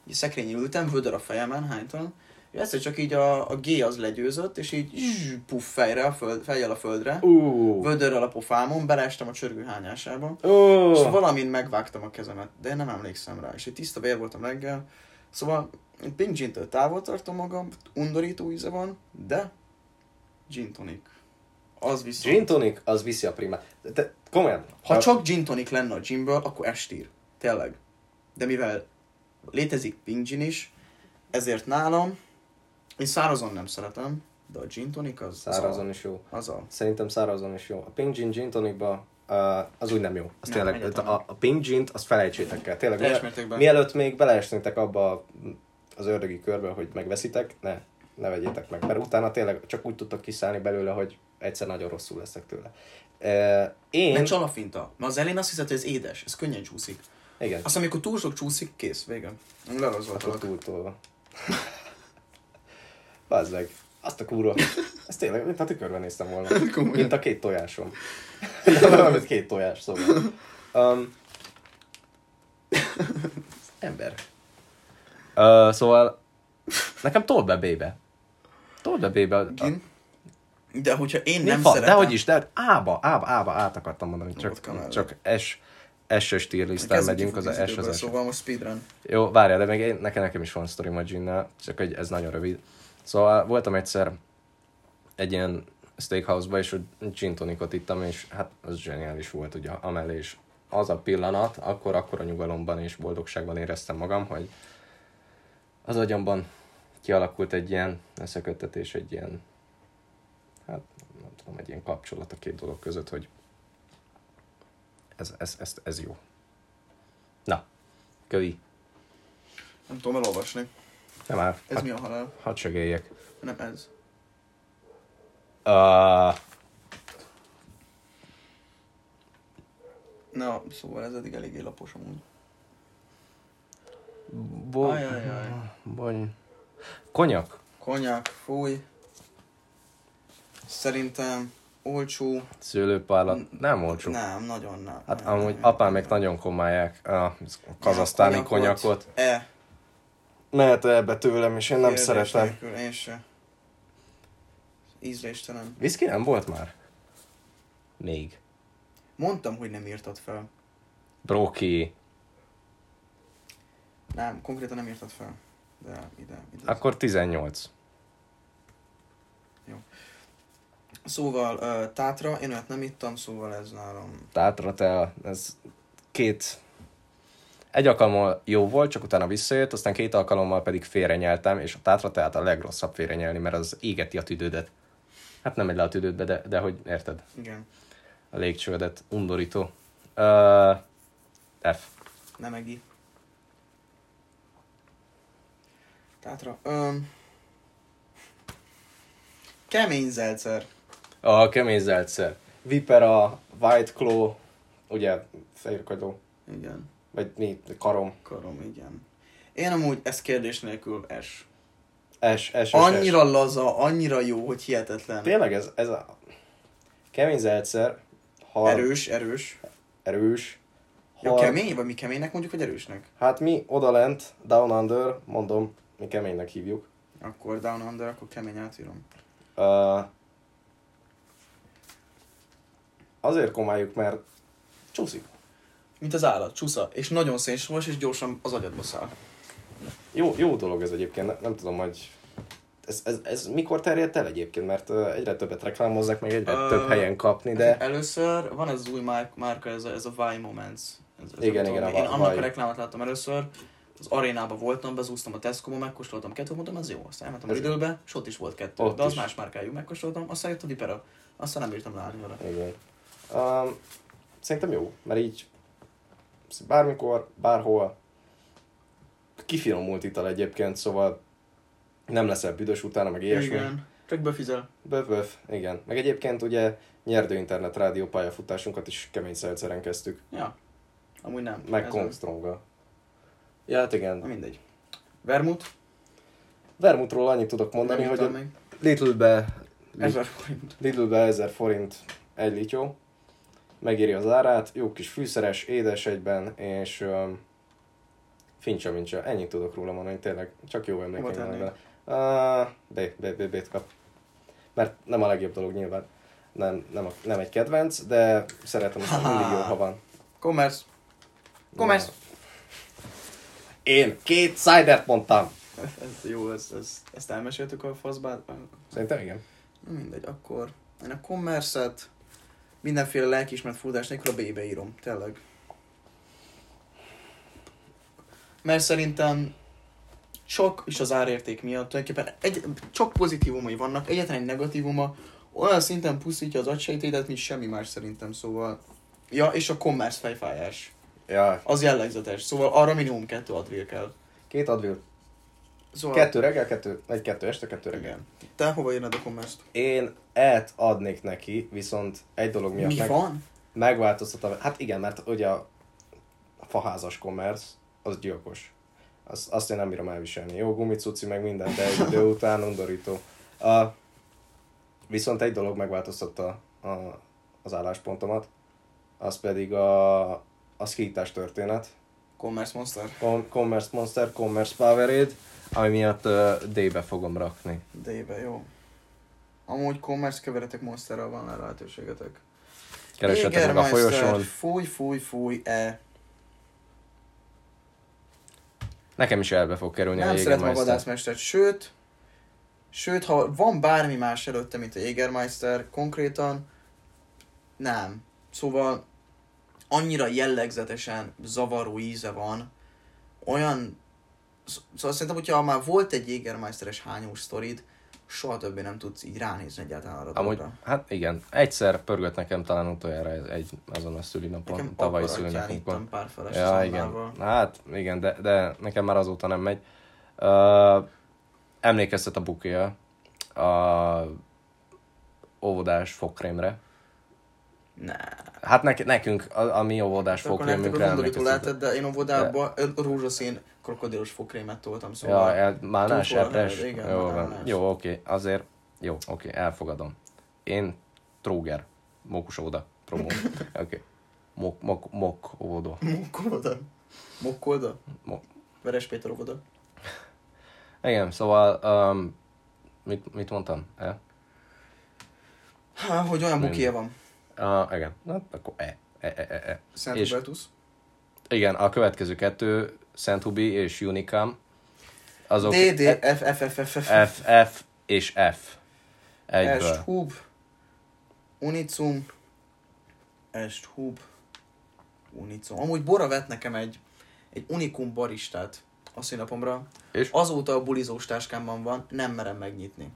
Speaker 2: Egy szekrényen ültem, vödör a fejemen hánytam. És egyszer csak így a, a G az legyőzött, és így zzz, puff fejre, a föld, fejjel a földre.
Speaker 1: Ú.
Speaker 2: Vödörrel a pofámon, beleestem a csörgő hányásába.
Speaker 1: Ó.
Speaker 2: És valamint megvágtam a kezemet, de én nem emlékszem rá, és egy tiszta vér voltam reggel. Szóval én pink gintől távol tartom magam, undorító íze van, de gin tonic. Az viszont.
Speaker 1: Gin Hát- tonic, az viszi a primát. De, de komolyan.
Speaker 2: Ha csak gin tonic lenne a ginből, akkor estír. Tényleg. De mivel létezik pink gin is, ezért nálam, én szárazon nem szeretem, de a gin tonic az
Speaker 1: Szárazon is jó.
Speaker 2: Az a, az a
Speaker 1: Szerintem szárazon is jó. A pink gin gin tonicba uh, az úgy nem jó. Az
Speaker 2: Nem,
Speaker 1: tényleg,
Speaker 2: egyáltalán
Speaker 1: a, a pink gint azt felejtsétek el. Tényleg,
Speaker 2: Teljes
Speaker 1: mie-
Speaker 2: mértékben.
Speaker 1: mielőtt még beleesnétek abba a- az ördögi körbe, hogy megveszitek, ne, ne vegyétek meg. Mert utána tényleg csak úgy tudtok kiszállni belőle, hogy egyszer nagyon rosszul leszek tőle. Uh, én...
Speaker 2: Meg csalafinta. Mert az elén azt hiszed, hogy ez édes, ez könnyen csúszik.
Speaker 1: Igen. Hát
Speaker 2: Azt amikor túl sok csúszik, kész, vége.
Speaker 1: Akkor
Speaker 2: Lerozoltalak.
Speaker 1: túltolva. (laughs) Bazd meg. Azt a kurva. Ez tényleg, mint a tükörben néztem volna.
Speaker 2: (laughs) Komolyan.
Speaker 1: Mint a két
Speaker 2: (laughs)
Speaker 1: tojásom. De nem, mint két tojás, szóval. Um, ember. Uh, szóval, nekem told be B-be. Told be B-be.
Speaker 2: Gin. De hogyha én
Speaker 1: Nem
Speaker 2: nem
Speaker 1: fa,
Speaker 2: szeretem...
Speaker 1: de hogy is, de hát ába, ába, ába, át akartam mondani,
Speaker 2: Vodka
Speaker 1: csak,
Speaker 2: mellett.
Speaker 1: csak S, S-ös tírlistán
Speaker 2: kezdjük
Speaker 1: megyünk, az
Speaker 2: kifutni
Speaker 1: S
Speaker 2: időből,
Speaker 1: az S.
Speaker 2: Szóval most speedrun.
Speaker 1: Jó, várjál, de még én, nekem, nekem is van sztori majd Ginnel, csak hogy ez nagyon rövid. Szóval voltam egyszer egy ilyen steakhouse-ba, és ott gin tonicot ittam, és hát az zseniális volt ugye amellé, és az a pillanat, akkor akkora nyugalomban és boldogságban éreztem magam, hogy az agyamban kialakult egy ilyen összeköttetés, egy ilyen, hát nem tudom, egy ilyen kapcsolat a két dolog között, hogy ez, ez, ez, ez jó. Na, kövi.
Speaker 2: Nem tudom elolvasni.
Speaker 1: Nem áll.
Speaker 2: Ez mi a halál?
Speaker 1: Hadd segéljek.
Speaker 2: Nem ez.
Speaker 1: Uh,
Speaker 2: Na, szóval ez eddig eléggé lapos amúgy.
Speaker 1: bo-
Speaker 2: Ajajaj.
Speaker 1: Bony. Konyak.
Speaker 2: Konyak, fúj. Szerintem olcsó.
Speaker 1: Szőlőpárlat. Nem olcsó.
Speaker 2: Nem, nagyon nem.
Speaker 1: Hát
Speaker 2: nem,
Speaker 1: amúgy
Speaker 2: nem.
Speaker 1: apám meg nagyon komálják a kazasztáni konyakot.
Speaker 2: E,
Speaker 1: Mehet ebbe tőlem, és én nem
Speaker 2: kérdés
Speaker 1: szeretem.
Speaker 2: Nélkül, én se. Ízléstelen.
Speaker 1: Viszki nem volt már? Még.
Speaker 2: Mondtam, hogy nem írtad fel.
Speaker 1: Broki.
Speaker 2: Nem, konkrétan nem írtad fel. De ide, ide.
Speaker 1: Akkor 18.
Speaker 2: Szóval uh, tátra, én olyat nem ittam, szóval ez nálam.
Speaker 1: Tátra te, ez két... Egy alkalommal jó volt, csak utána visszajött, aztán két alkalommal pedig félrenyeltem, és a tátra tehát a legrosszabb félrenyelni, mert az égeti a tüdődet. Hát nem egy le a tüdődbe, de, de hogy érted,
Speaker 2: Igen,
Speaker 1: a légcsődet, undorító. Uh, F.
Speaker 2: nem egi. Tátra. Um, kemény zelcer.
Speaker 1: A kemény zeltszer. Viper a White Claw, ugye fehérkagyó,
Speaker 2: Igen,
Speaker 1: vagy mi, karom.
Speaker 2: karom, igen. Én amúgy ez kérdés nélkül S.
Speaker 1: S, S, S, S.
Speaker 2: Annyira laza, annyira jó, hogy hihetetlen.
Speaker 1: Tényleg ez, ez a kemény zeltszer, har,
Speaker 2: Erős, erős.
Speaker 1: erős
Speaker 2: Ja,
Speaker 1: har-
Speaker 2: kemény? Vagy mi keménynek mondjuk, vagy erősnek?
Speaker 1: Hát mi odalent, Down Under, mondom, mi keménynek hívjuk.
Speaker 2: Akkor Down Under, akkor kemény átírom.
Speaker 1: Uh, azért komáljuk, mert csúszik.
Speaker 2: Mint az állat, csúsza. És nagyon szénsavas, és gyorsan az agyadba száll.
Speaker 1: Jó, jó dolog ez egyébként, nem, nem tudom, hogy ez, ez, ez mikor terjedt el egyébként, mert ö, egyre többet reklámozzák, meg egyre
Speaker 2: Ö,
Speaker 1: több helyen kapni, de
Speaker 2: Először van ez az új márk- márka, ez a, ez a Why Moments. Ez, ez
Speaker 1: Igen,
Speaker 2: nem
Speaker 1: igen,
Speaker 2: tudom,
Speaker 1: a
Speaker 2: Én
Speaker 1: Vi-
Speaker 2: annak
Speaker 1: Vi.
Speaker 2: a reklámot láttam először, az arénába voltam, bezúztam a Tesco-ba, megkóstoltam kettőt, mondtam, ez jó. Aztán elmentem az
Speaker 1: Ez-
Speaker 2: időbe, és ott is volt kettő,
Speaker 1: Ott
Speaker 2: de az
Speaker 1: is.
Speaker 2: más márkájú, megkóstoltam, aztán jött a Vipera. Aztán nem bírtam leállni vele.
Speaker 1: igen. Um, szerintem jó, mert így bármikor, bárhol kifinomult ital egyébként, szóval nem leszel büdös utána, meg ilyesmi.
Speaker 2: Igen. Csak befizel.
Speaker 1: Böf, böf, igen. Meg egyébként ugye nyerdő internet rádió pályafutásunkat is kemény szelszeren kezdtük.
Speaker 2: Ja. Amúgy nem.
Speaker 1: Meg
Speaker 2: Ez
Speaker 1: Kongstronga. Ja, hát
Speaker 2: az. Na
Speaker 1: igen.
Speaker 2: mindegy. Vermut.
Speaker 1: Vermutról annyit tudok mondani,
Speaker 2: Nem
Speaker 1: hogy
Speaker 2: jutott
Speaker 1: a
Speaker 2: még.
Speaker 1: Lidlbe,
Speaker 2: Ezer forint.
Speaker 1: Lidlbe 1000 forint egy lityó, megéri az árát, jó kis fűszeres, édes egyben, és um, fincsa mincsa, ennyit tudok róla mondani, tényleg, csak jó
Speaker 2: Hova
Speaker 1: emlékeim vannak
Speaker 2: tennéd?
Speaker 1: vele. Uh, B, B, B, B-t kap. Mert nem a legjobb dolog nyilván, nem, nem, a, nem egy kedvenc, de szeretem,
Speaker 2: (laughs)
Speaker 1: hogy mindig jó, ha van.
Speaker 2: Commerce. Commerce.
Speaker 1: Én két szájdert mondtam.
Speaker 2: Ez jó, ez, ez, ezt elmeséltük a faszbát.
Speaker 1: Szerintem igen.
Speaker 2: Na Mindegy, akkor én a kommerszet mindenféle lelkiismert furdás nélkül a B-be írom, tényleg. Mert szerintem sok és az árérték miatt tulajdonképpen egy, csak pozitívumai vannak, egyetlen egy negatívuma olyan szinten pusztítja az agysejtédet, mint semmi más szerintem, szóval... Ja, és a kommersz fejfájás.
Speaker 1: Ja,
Speaker 2: Az jellegzetes, szóval arra minimum kettő advil kell.
Speaker 1: két advil.
Speaker 2: Szóval...
Speaker 1: Kettő reggel, kettő, egy kettő este, kettő reggel.
Speaker 2: Igen. Te hova írnád a kommerszt?
Speaker 1: Én et adnék neki, viszont egy dolog miatt
Speaker 2: Mi
Speaker 1: meg,
Speaker 2: van?
Speaker 1: megváltoztatom. Hát igen, mert ugye a a faházas kommersz, az gyilkos. Az, azt én nem bírom elviselni. Jó gumicuci, meg minden, de egy
Speaker 2: (laughs)
Speaker 1: idő után undorító. A, viszont egy dolog megváltoztatta a, az álláspontomat, az pedig a, a szkítás történet.
Speaker 2: Commerce Monster?
Speaker 1: Com- Commerce Monster, Commerce Powerade, ami miatt uh, D-be fogom rakni.
Speaker 2: D-be, jó. Amúgy commerce keveretek monsterrel van rá lehetőségetek.
Speaker 1: Keresetek meg a
Speaker 2: Jägermeister,
Speaker 1: folyosón.
Speaker 2: Fúj, fúj, fúj, e.
Speaker 1: Nekem is elbe fog kerülni
Speaker 2: Nem
Speaker 1: a
Speaker 2: szeretem a
Speaker 1: Jägermeister.
Speaker 2: vadászmestert, sőt, sőt, ha van bármi más előtte, mint a Jägermeister, konkrétan, nem. Szóval annyira jellegzetesen zavaró íze van, olyan, sz- szóval szerintem, hogyha már volt egy Jägermeisteres hányós sztorid, soha többé nem tudsz így ránézni egyáltalán arra a
Speaker 1: Amúgy,
Speaker 2: dologra.
Speaker 1: hát igen, egyszer pörgött nekem talán utoljára ez- egy azon a szülinapon,
Speaker 2: Nekem
Speaker 1: tavalyi
Speaker 2: akkor atyán
Speaker 1: szülinapon.
Speaker 2: ittam pár feles
Speaker 1: Ja, igen. Hát igen, de, de nekem már azóta nem megy. Uh, emlékeztet a bukéja a óvodás fogkrémre.
Speaker 2: Ne.
Speaker 1: Hát nek- nekünk, a, a mi óvodás
Speaker 2: Hát Akkor nektek az
Speaker 1: fogkrémünkre
Speaker 2: undorító
Speaker 1: emlékeztet.
Speaker 2: lehetett, de én óvodában ö, rózsaszín krokodilos fogkrémet toltam,
Speaker 1: Ja,
Speaker 2: szóval...
Speaker 1: el, már ne
Speaker 2: túl forrás,
Speaker 1: sertes.
Speaker 2: igen,
Speaker 1: Jó,
Speaker 2: már
Speaker 1: van.
Speaker 2: ne.
Speaker 1: jó, oké, azért, jó, oké, elfogadom. Én tróger, mokus óda, promó.
Speaker 2: (laughs)
Speaker 1: oké. Mok, mok, mok óda.
Speaker 2: Mokkolda? Mokkolda?
Speaker 1: Mok.
Speaker 2: Veres Péter óvoda.
Speaker 1: Igen, szóval, um, mit, mit mondtam? E?
Speaker 2: Há, hogy olyan
Speaker 1: Mind.
Speaker 2: bukia van.
Speaker 1: Uh, igen, na, akkor e. E, e, e, e.
Speaker 2: Szent
Speaker 1: És-
Speaker 2: Hubertus.
Speaker 1: Igen, a következő kettő, Szent Hubi és Unicam, azok E,
Speaker 2: D, D, F, F, F, F, F,
Speaker 1: F, F és F.
Speaker 2: Est
Speaker 1: Egyből.
Speaker 2: Hub. Unicum. Est Hub. Unicum. Amúgy Bora vett nekem egy, egy Unicum baristát a színapomra.
Speaker 1: És?
Speaker 2: Azóta a bulizós táskámban van, nem merem megnyitni.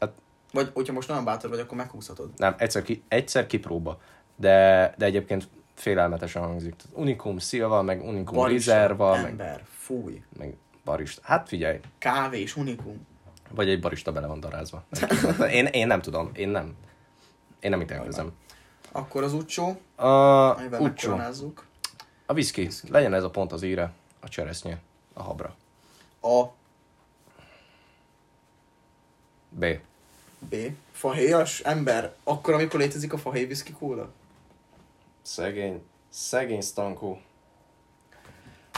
Speaker 1: Hát-
Speaker 2: Vagy hogyha most nagyon bátor vagy, akkor meghúzhatod.
Speaker 1: Nem, egyszer, ki, egyszer kipróba. De, de egyébként félelmetesen hangzik. Tehát Unicum Silva, meg Unicum
Speaker 2: Barista,
Speaker 1: Reserva, meg,
Speaker 2: ember, fúj.
Speaker 1: meg barista. Hát figyelj,
Speaker 2: Kávés, unikum.
Speaker 1: vagy egy barista bele van
Speaker 2: (laughs)
Speaker 1: darázva. Nem tudom. Én, én nem tudom, én nem. Én nem ítélkezem.
Speaker 2: Akkor az ucsó,
Speaker 1: A
Speaker 2: amivel
Speaker 1: ucsó,
Speaker 2: megkoronázzuk.
Speaker 1: a whisky, legyen ez a pont az íre, a cseresznye, a habra.
Speaker 2: A,
Speaker 1: B.
Speaker 2: B, fahéjas ember. Akkor, amikor létezik a fahéj viszki kóla.
Speaker 1: Szegény, szegény Stankó.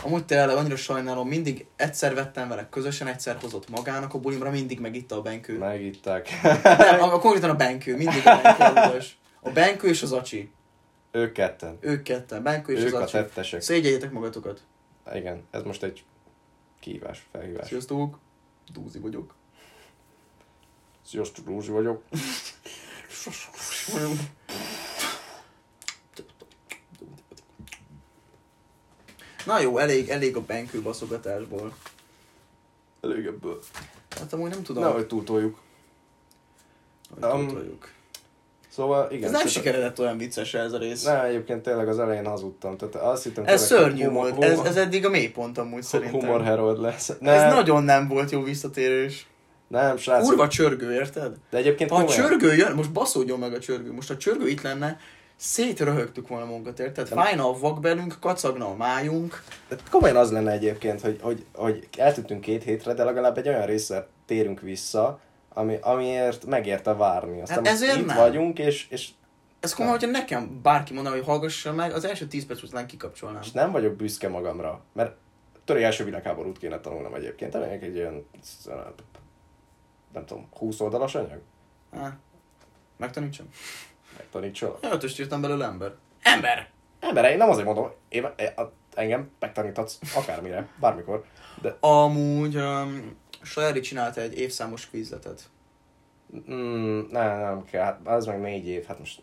Speaker 2: Amúgy tényleg annyira sajnálom, mindig egyszer vettem vele közösen, egyszer hozott magának a bulimra, mindig megitta a benkő.
Speaker 1: Megitták.
Speaker 2: Nem, a, a, konkrétan a benkő, mindig a benkő. a ludas. A benkő és az acsi.
Speaker 1: Ők ketten.
Speaker 2: Ők ketten, benkő és
Speaker 1: Ők
Speaker 2: az
Speaker 1: a
Speaker 2: acsi.
Speaker 1: tettesek.
Speaker 2: Szégyeljetek magatokat.
Speaker 1: Igen, ez most egy kihívás, felhívás.
Speaker 2: Sziasztok, Dúzi vagyok.
Speaker 1: Sziasztok, Rózsi vagyok.
Speaker 2: Na jó, elég, elég a benkő baszogatásból.
Speaker 1: Elég ebből.
Speaker 2: Hát amúgy nem tudom,
Speaker 1: Na,
Speaker 2: hogy
Speaker 1: hogy túltoljuk. um,
Speaker 2: tudjuk.
Speaker 1: Szóval igen.
Speaker 2: Ez nem
Speaker 1: csak-
Speaker 2: sikeredett olyan vicces ez a rész.
Speaker 1: Nem, egyébként tényleg az elején hazudtam. Tehát azt hittem,
Speaker 2: Ez
Speaker 1: tényleg
Speaker 2: szörnyű
Speaker 1: humor-
Speaker 2: volt, ez,
Speaker 1: humor-
Speaker 2: ez eddig a mélypont amúgy szerintem.
Speaker 1: Humor Herold lesz. Nem,
Speaker 2: Ez nagyon nem volt jó visszatérés.
Speaker 1: nem, srácok.
Speaker 2: Kurva csörgő, érted?
Speaker 1: De egyébként
Speaker 2: Ha a
Speaker 1: komolyan.
Speaker 2: csörgő jön, most baszódjon meg a csörgő. Most ha a csörgő itt lenne, szétröhögtük volna magunkat, érted?
Speaker 1: Nem.
Speaker 2: Fájna a vakbelünk, kacagna a májunk.
Speaker 1: De Hát komolyan az lenne egyébként, hogy, hogy, hogy eltűntünk két hétre, de legalább egy olyan részre térünk vissza, ami, amiért megérte várni. Aztán
Speaker 2: Hát
Speaker 1: most
Speaker 2: ezért
Speaker 1: itt
Speaker 2: nem.
Speaker 1: vagyunk, és, és,
Speaker 2: Ez komoly, hogyha nekem bárki mondaná, hogy hallgassa meg, az első 10 perc után kikapcsolnám.
Speaker 1: és nem vagyok büszke magamra, mert törő első világháborút kéne tanulnom egyébként. De vagyok egy olyan, nem tudom, 20 oldalas anyag?
Speaker 2: Há, Megtanítsam.
Speaker 1: Megtanítsalak.
Speaker 2: Én ötöst írtam belőle ember. Ember!
Speaker 1: Ember, én nem azért mondom, én, én, a- engem megtaníthatsz akármire, bármikor. De
Speaker 2: Amúgy um, Sajeri csinálta egy évszámos kvízletet.
Speaker 1: mm, nem, nem kell, hát az meg négy év, hát most...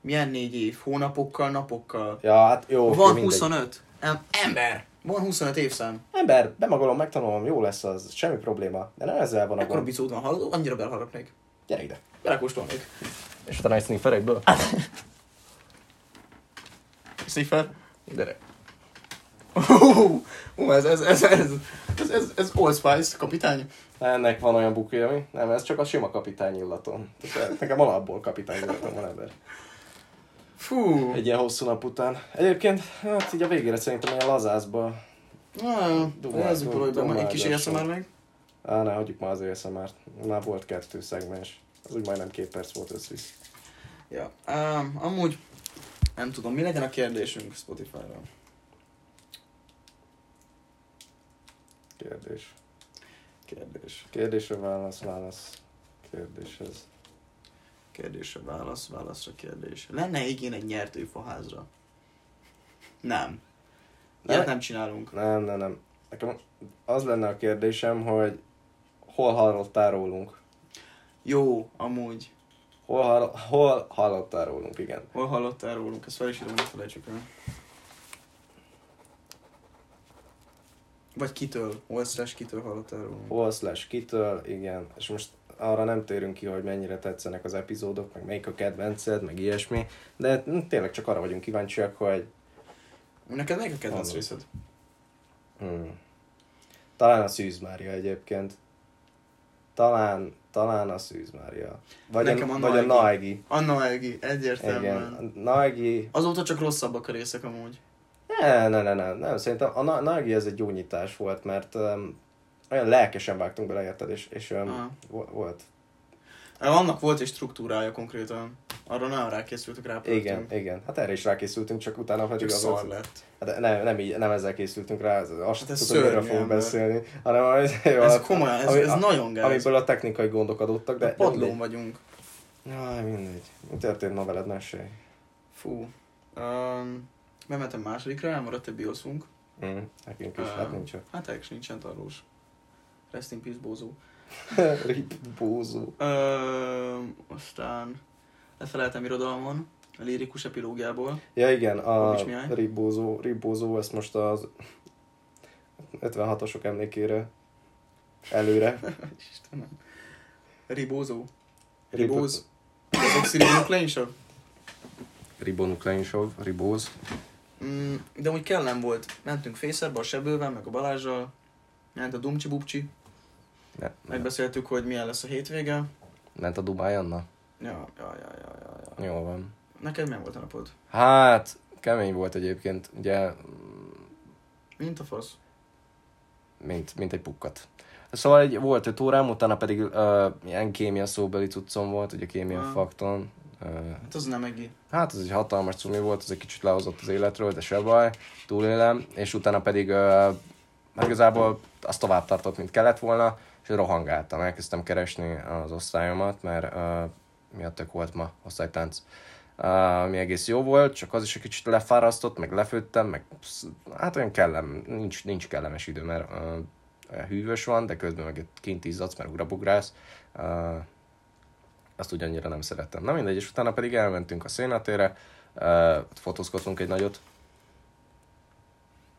Speaker 2: Milyen négy év? Hónapokkal, napokkal?
Speaker 1: Ja, hát jó, oké,
Speaker 2: Van
Speaker 1: mindegy.
Speaker 2: 25? Em- ember! Van 25 évszám.
Speaker 1: Ember, bemagolom, megtanulom, jó lesz az, semmi probléma. De nem ezzel van a
Speaker 2: Ekkora
Speaker 1: gond.
Speaker 2: bicód van, hallod? Annyira belharapnék.
Speaker 1: Gyere ide. (laughs)
Speaker 2: Belekóstolnék.
Speaker 1: És utána egy snifferekből?
Speaker 2: Sniffer? Gyere. Hú, hú, ez, ez, ez, ez, ez, ez, ez Old Spice, kapitány.
Speaker 1: Ennek van olyan bukja, ami? Nem, ez csak a sima kapitány illatom. Tehát eh, Nekem alapból kapitány illatom van ember.
Speaker 2: Fú.
Speaker 1: Egy ilyen hosszú nap után. Egyébként, hát így a végére szerintem ilyen lazászba.
Speaker 2: Na,
Speaker 1: Dumál,
Speaker 2: ez a hogy
Speaker 1: dumál,
Speaker 2: egy kis
Speaker 1: dumál,
Speaker 2: éjszem már meg.
Speaker 1: Á, ne, hagyjuk már az észre már. Már volt kettő szegmens. Az úgy majdnem két perc volt összvisz.
Speaker 2: Ja. Um, amúgy nem tudom, mi legyen a kérdésünk Spotify-ra.
Speaker 1: Kérdés.
Speaker 2: Kérdés.
Speaker 1: Kérdésre válasz, válasz. Kérdéshez.
Speaker 2: Kérdésre válasz, válaszra kérdés. Lenne igény egy nyertőfaházra? Nem.
Speaker 1: Nem.
Speaker 2: Ilyet nem csinálunk.
Speaker 1: Nem, nem, nem. Nekem az lenne a kérdésem, hogy hol hallottál rólunk?
Speaker 2: Jó, amúgy.
Speaker 1: Hol, hall- hol hallottál rólunk, igen.
Speaker 2: Hol hallottál rólunk? Ezt fel is írom, ne felejtsük el. Vagy kitől? Hol slash kitől hallottál rólunk?
Speaker 1: Hol slash kitől, igen. És most arra nem térünk ki, hogy mennyire tetszenek az epizódok, meg melyik a kedvenced, meg ilyesmi. De hm, tényleg csak arra vagyunk kíváncsiak, hogy
Speaker 2: Neked melyik a kedvenc
Speaker 1: Hallott.
Speaker 2: részed?
Speaker 1: hmm, talán a Szűz Mária egyébként. Talán, talán a Szűz Mária. Vagy
Speaker 2: Nekem
Speaker 1: a,
Speaker 2: a
Speaker 1: vagy a Naegi.
Speaker 2: Anna Elgi, egyértelműen.
Speaker 1: Igen, a Naegi
Speaker 2: Azóta csak rosszabbak a részek amúgy.
Speaker 1: Ne, ne, ne, ne, nem, szerintem a Na- Nagi ez egy jó nyitás volt, mert um, olyan lelkesen vágtunk bele, érted, és, és
Speaker 2: Aha.
Speaker 1: um, volt.
Speaker 2: Annak volt egy struktúrája konkrétan. Arra nagyon rákészültek rá.
Speaker 1: Igen, igen. Hát erre is rákészültünk, csak utána pedig
Speaker 2: Csak
Speaker 1: az
Speaker 2: szar
Speaker 1: volt.
Speaker 2: lett.
Speaker 1: Hát nem, nem, így, nem ezzel készültünk rá, az- azt
Speaker 2: Hát ez
Speaker 1: tudom, miről
Speaker 2: szörnyű
Speaker 1: fogunk
Speaker 2: ember.
Speaker 1: beszélni, hanem az, jó,
Speaker 2: Ez
Speaker 1: hát,
Speaker 2: komolyan, ez,
Speaker 1: ami-
Speaker 2: ez
Speaker 1: a-
Speaker 2: nagyon gáz.
Speaker 1: amiből a technikai gondok adottak, de...
Speaker 2: A padlón vagyunk.
Speaker 1: De mindegy. Jaj, mindegy. Mi történt ma veled, mesélj.
Speaker 2: Fú. Um, bementem másodikra, elmaradt egy bioszunk.
Speaker 1: Mm, nekünk is, hát nincs. a-
Speaker 2: Hát egy nincsen tarlós. Rest in peace, bózó.
Speaker 1: (laughs) Rip, búzó.
Speaker 2: Um, aztán lefeleltem irodalmon, a lírikus epilógiából.
Speaker 1: Ja igen, a
Speaker 2: Bogics Mihály.
Speaker 1: ribózó, ribózó, ezt most az 56-osok emlékére (laughs) előre.
Speaker 2: Istenem. Ribózó.
Speaker 1: Ribo-
Speaker 2: Ribóz. Az oxiribonukleinsor.
Speaker 1: Ribonukleinsov, ribóz.
Speaker 2: Mm, de úgy kellem volt. Mentünk Fészerbe a Sebővel, meg a Balázsjal. Ment a Dumcsi Bubcsi.
Speaker 1: Ne, ne,
Speaker 2: Megbeszéltük, hogy milyen lesz a hétvége.
Speaker 1: ment a Dubáj Anna?
Speaker 2: Ja, ja, ja, ja, ja, ja.
Speaker 1: Jó van.
Speaker 2: Neked milyen volt a napod?
Speaker 1: Hát, kemény volt egyébként, ugye,
Speaker 2: Mint a fasz.
Speaker 1: mint, mint egy pukkat. Szóval egy, volt öt órám, utána pedig ö, ilyen kémia szóbeli cuccom volt, ugye kémia
Speaker 2: Ah.
Speaker 1: fakton, Ö,
Speaker 2: Hát az nem egi.
Speaker 1: Hát ez egy hatalmas cumi volt, ez egy kicsit lehozott az életről, de se baj, túlélem, és utána pedig ö, hát igazából az tovább tartott, mint kellett volna, és rohangáltam, elkezdtem keresni az osztályomat, mert ö, miattak volt ma osztálytánc, ö, ami egész jó volt, csak az is egy kicsit lefárasztott, meg lefőttem, meg sz- hát olyan kellem, nincs, nincs kellemes idő, mert ö, olyan hűvös van, de közben meg kint izzadsz, mert ugrabugrász, ö, azt ugyannyira nem szerettem. Na mindegy, és utána pedig elmentünk a szénatére, uh, fotózkodtunk egy nagyot.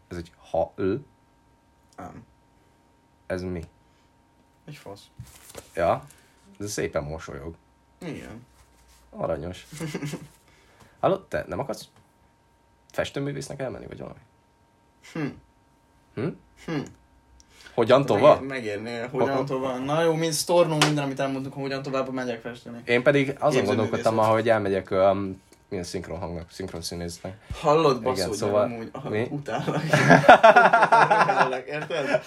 Speaker 1: Ez egy ha ő,
Speaker 2: Nem.
Speaker 1: ez mi?
Speaker 2: Egy fasz.
Speaker 1: Ja, ez szépen mosolyog.
Speaker 2: Igen.
Speaker 1: Aranyos. Halló, te nem akarsz festőművésznek elmenni, vagy valami?
Speaker 2: Hm.
Speaker 1: Hm?
Speaker 2: Hm.
Speaker 1: Hogyan tovább?
Speaker 2: Megér- Megérnél, hogyan tovább. Na jó, mint sztornó minden, amit elmondtunk, hogyan tovább megyek festeni.
Speaker 1: Én pedig azon
Speaker 2: Képzőművészet.
Speaker 1: gondolkodtam, ma, hogy elmegyek um, milyen szinkron hangnak, szinkron színésznek.
Speaker 2: Hallod,
Speaker 1: Igen,
Speaker 2: basszul,
Speaker 1: szóval-
Speaker 2: szóval... amúgy ah, (laughs)
Speaker 1: Mi? (laughs)
Speaker 2: utállak. Utállak, érted?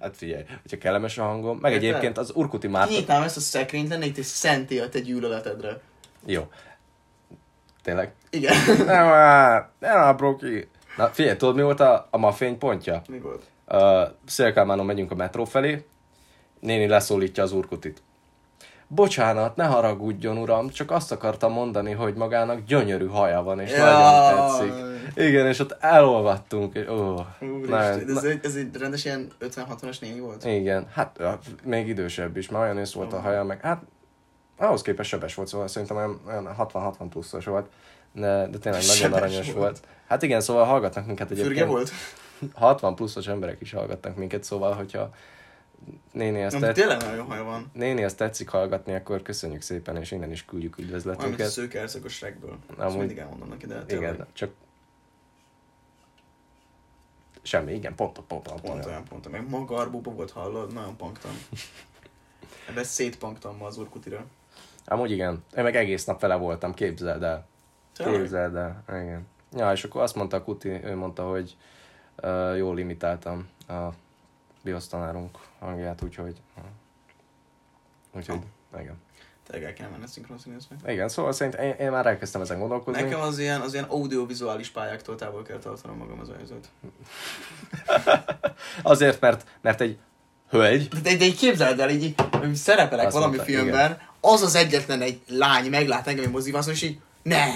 Speaker 1: Hát figyelj, hogyha kellemes a hangom, meg
Speaker 2: Érted?
Speaker 1: egyébként az Urkuti Márta...
Speaker 2: Kinyitnám ezt a szekrényt, lennék egy szentélyet egy gyűlöletedre.
Speaker 1: Jó. Tényleg?
Speaker 2: Igen.
Speaker 1: (laughs) Nem már, nem már, broki. Na figyelj, tudod mi volt a, a ma fénypontja?
Speaker 2: Mi volt?
Speaker 1: Uh, Szélkálmánon megyünk a metró felé, néni leszólítja az urkutit. Bocsánat, ne haragudjon, uram, csak azt akartam mondani, hogy magának gyönyörű haja van, és nagyon
Speaker 2: Jaj.
Speaker 1: tetszik. Igen, és ott elolvattunk. és- Ó, nagyon-
Speaker 2: Úristen, ez, egy, ez egy rendes ilyen 50-60-as néni volt?
Speaker 1: igen, hát ö, még idősebb is, már olyan ősz volt a haja, meg hát ahhoz képest sebes volt, szóval szerintem olyan, olyan 60-60 pluszos volt, de, de tényleg nagyon
Speaker 2: Sebes
Speaker 1: aranyos volt.
Speaker 2: volt.
Speaker 1: volt. Hát igen, szóval hallgatnak minket egyébként.
Speaker 2: Fürge volt?
Speaker 1: 60 pluszos emberek is hallgatnak minket, szóval hogyha néni ezt,
Speaker 2: Nem,
Speaker 1: tett,
Speaker 2: tényleg nagyon jó haja van.
Speaker 1: néni ezt tetszik hallgatni, akkor köszönjük szépen, és innen is küldjük
Speaker 2: Olyan, mint a
Speaker 1: üdvözletünket.
Speaker 2: szőke erszak a Shrekből. Ezt
Speaker 1: Amúgy-
Speaker 2: mindig elmondom neki, de tényleg.
Speaker 1: Igen, csak semmi, igen, pont, pont, pont,
Speaker 2: Pont
Speaker 1: pont.
Speaker 2: olyan, pont olyan. Meg maga arbóba volt hallod, nagyon panktam. Ebbe szétpanktam ma az urkutira.
Speaker 1: Amúgy igen, én meg egész nap vele voltam, képzeld el. Képzeld el, igen. Ja, és akkor azt mondta a Kuti, ő mondta, hogy uh, jól limitáltam a BIOS tanárunk hangját, úgyhogy... Uh, úgyhogy,
Speaker 2: Ah.
Speaker 1: igen.
Speaker 2: Tényleg el kell menni szinkronszínésznek.
Speaker 1: Igen, szóval szerintem én, én már elkezdtem ezen gondolkozni.
Speaker 2: Nekem az ilyen, az ilyen audiovizuális pályáktól távol kell tartanom magam az előzőt.
Speaker 1: Azért, mert, mert egy hölgy,
Speaker 2: De, de, de így képzeld el, így, így szerepelek
Speaker 1: Azt
Speaker 2: Azt valami
Speaker 1: mondta,
Speaker 2: mondta, filmben, igen. az az egyetlen egy lány meglát engem egy moziban, azt mondja, és így, ne!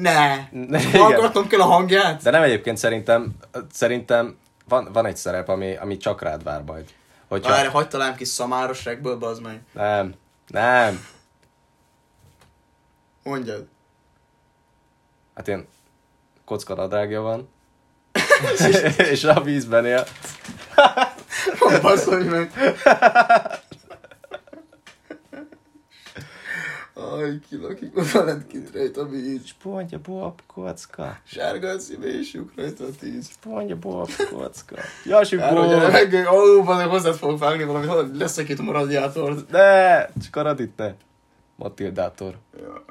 Speaker 2: Ne!
Speaker 1: Ne, igen.
Speaker 2: Hallgatnom kell a hangját?
Speaker 1: de nem egyébként szerintem, szerintem van, van egy szerep, ami, ami csak rád vár majd. Hogyha...
Speaker 2: Várj, hagyd találom ki szamáros regből, bazd meg.
Speaker 1: Nem, nem.
Speaker 2: Mondjad.
Speaker 1: Hát én kocka nadrágja
Speaker 2: (laughs)
Speaker 1: van. (laughs) és a vízben él.
Speaker 2: Baszolj meg. Aj, kilakik a veled kint rajta a víz.
Speaker 1: Spondja, bob, kocka.
Speaker 2: Sárga a szíve és lyuk rajta a tíz.
Speaker 1: Spondja, bob, kocka. Jasi,
Speaker 2: Kár, hogy a
Speaker 1: bob.
Speaker 2: levegő, ó, van, hozzád fogok vágni valamit, hallod, leszakítom a radiátort.
Speaker 1: Ne, csak a radit ne. Matildátor.
Speaker 2: Ja,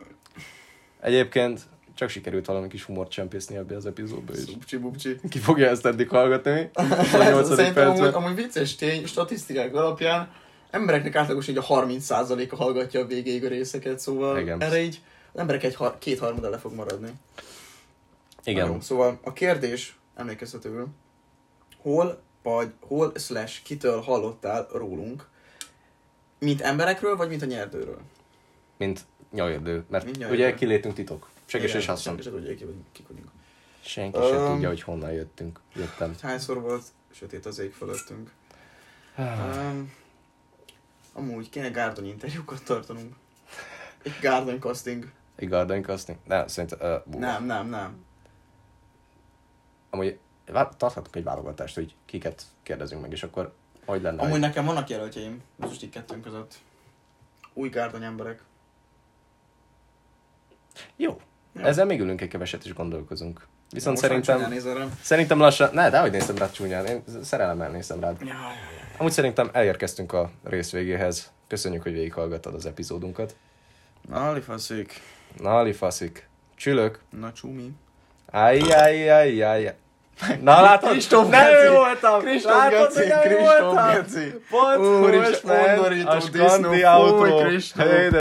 Speaker 1: Egyébként csak sikerült valami kis humort csempészni ebbe az epizódba is.
Speaker 2: Szupcsi, bupcsi.
Speaker 1: Ki fogja ezt eddig
Speaker 2: (laughs)
Speaker 1: hallgatni? A nyolcadik
Speaker 2: Szerintem amúgy,
Speaker 1: percben.
Speaker 2: amúgy vicces tény, statisztikák alapján embereknek átlagos így a 30%-a hallgatja a végéig a részeket, szóval
Speaker 1: Igen.
Speaker 2: Igen. erre így az emberek egy har- kétharmada le fog maradni. Na jó,
Speaker 1: Igen.
Speaker 2: Szóval a kérdés emlékeztetőül, hol vagy hol slash kitől hallottál rólunk? Mint emberekről, vagy mint a nyerdőről?
Speaker 1: Mint nyajördő. Mert
Speaker 2: Mint nyajördő.
Speaker 1: ugye kilétünk titok. Senki se
Speaker 2: Igen,
Speaker 1: is használ.
Speaker 2: Senki se tudja, ki vagyunk, kik vagyunk.
Speaker 1: Senki se
Speaker 2: Öm.
Speaker 1: tudja, hogy honnan jöttünk. Jöttem.
Speaker 2: Hányszor volt sötét az ég fölöttünk?
Speaker 1: Ah.
Speaker 2: Um, amúgy kéne gárdony interjúkat tartanunk. Egy gárdony casting.
Speaker 1: Egy gardanykaszni? Nem, szerintem... Uh,
Speaker 2: Nem, nem, nem.
Speaker 1: Amúgy vá- tarthatunk egy válogatást, hogy kiket kérdezünk meg, és akkor hogy lenne.
Speaker 2: Amúgy
Speaker 1: hogy-
Speaker 2: nekem vannak jelöltjeim, az most így kettőnk között. Új gárdony emberek.
Speaker 1: Jó.
Speaker 2: Jó.
Speaker 1: Ezzel még ülünk egy keveset, és gondolkozunk. Viszont
Speaker 2: Most már csúnyán
Speaker 1: szerintem...
Speaker 2: Nézel rám.
Speaker 1: Szerintem lassan... Ne, de hogy néztem rád csúnyán. Én szerelemmel néztem rád.
Speaker 2: Jaj, jaj, jaj.
Speaker 1: Amúgy szerintem elérkeztünk a rész végéhez. Köszönjük, hogy végighallgattad az epizódunkat.
Speaker 2: Na, lifaszik.
Speaker 1: Na, alifaszik. Csülök.
Speaker 2: Na, csumi.
Speaker 1: Ajjajjajjaj. Na látod?
Speaker 2: Kristóf
Speaker 1: nem
Speaker 2: Geci.
Speaker 1: ő voltam!
Speaker 2: Kristóf
Speaker 1: látod,
Speaker 2: Geci,
Speaker 1: hogy nem ő
Speaker 2: Kristóf
Speaker 1: voltam!
Speaker 2: Geci.
Speaker 1: Pont
Speaker 2: Úristen,
Speaker 1: most ment
Speaker 2: undorító
Speaker 1: a
Speaker 2: disznó.
Speaker 1: skandi
Speaker 2: Fúj,
Speaker 1: autó.
Speaker 2: Kristóf.
Speaker 1: Hé, de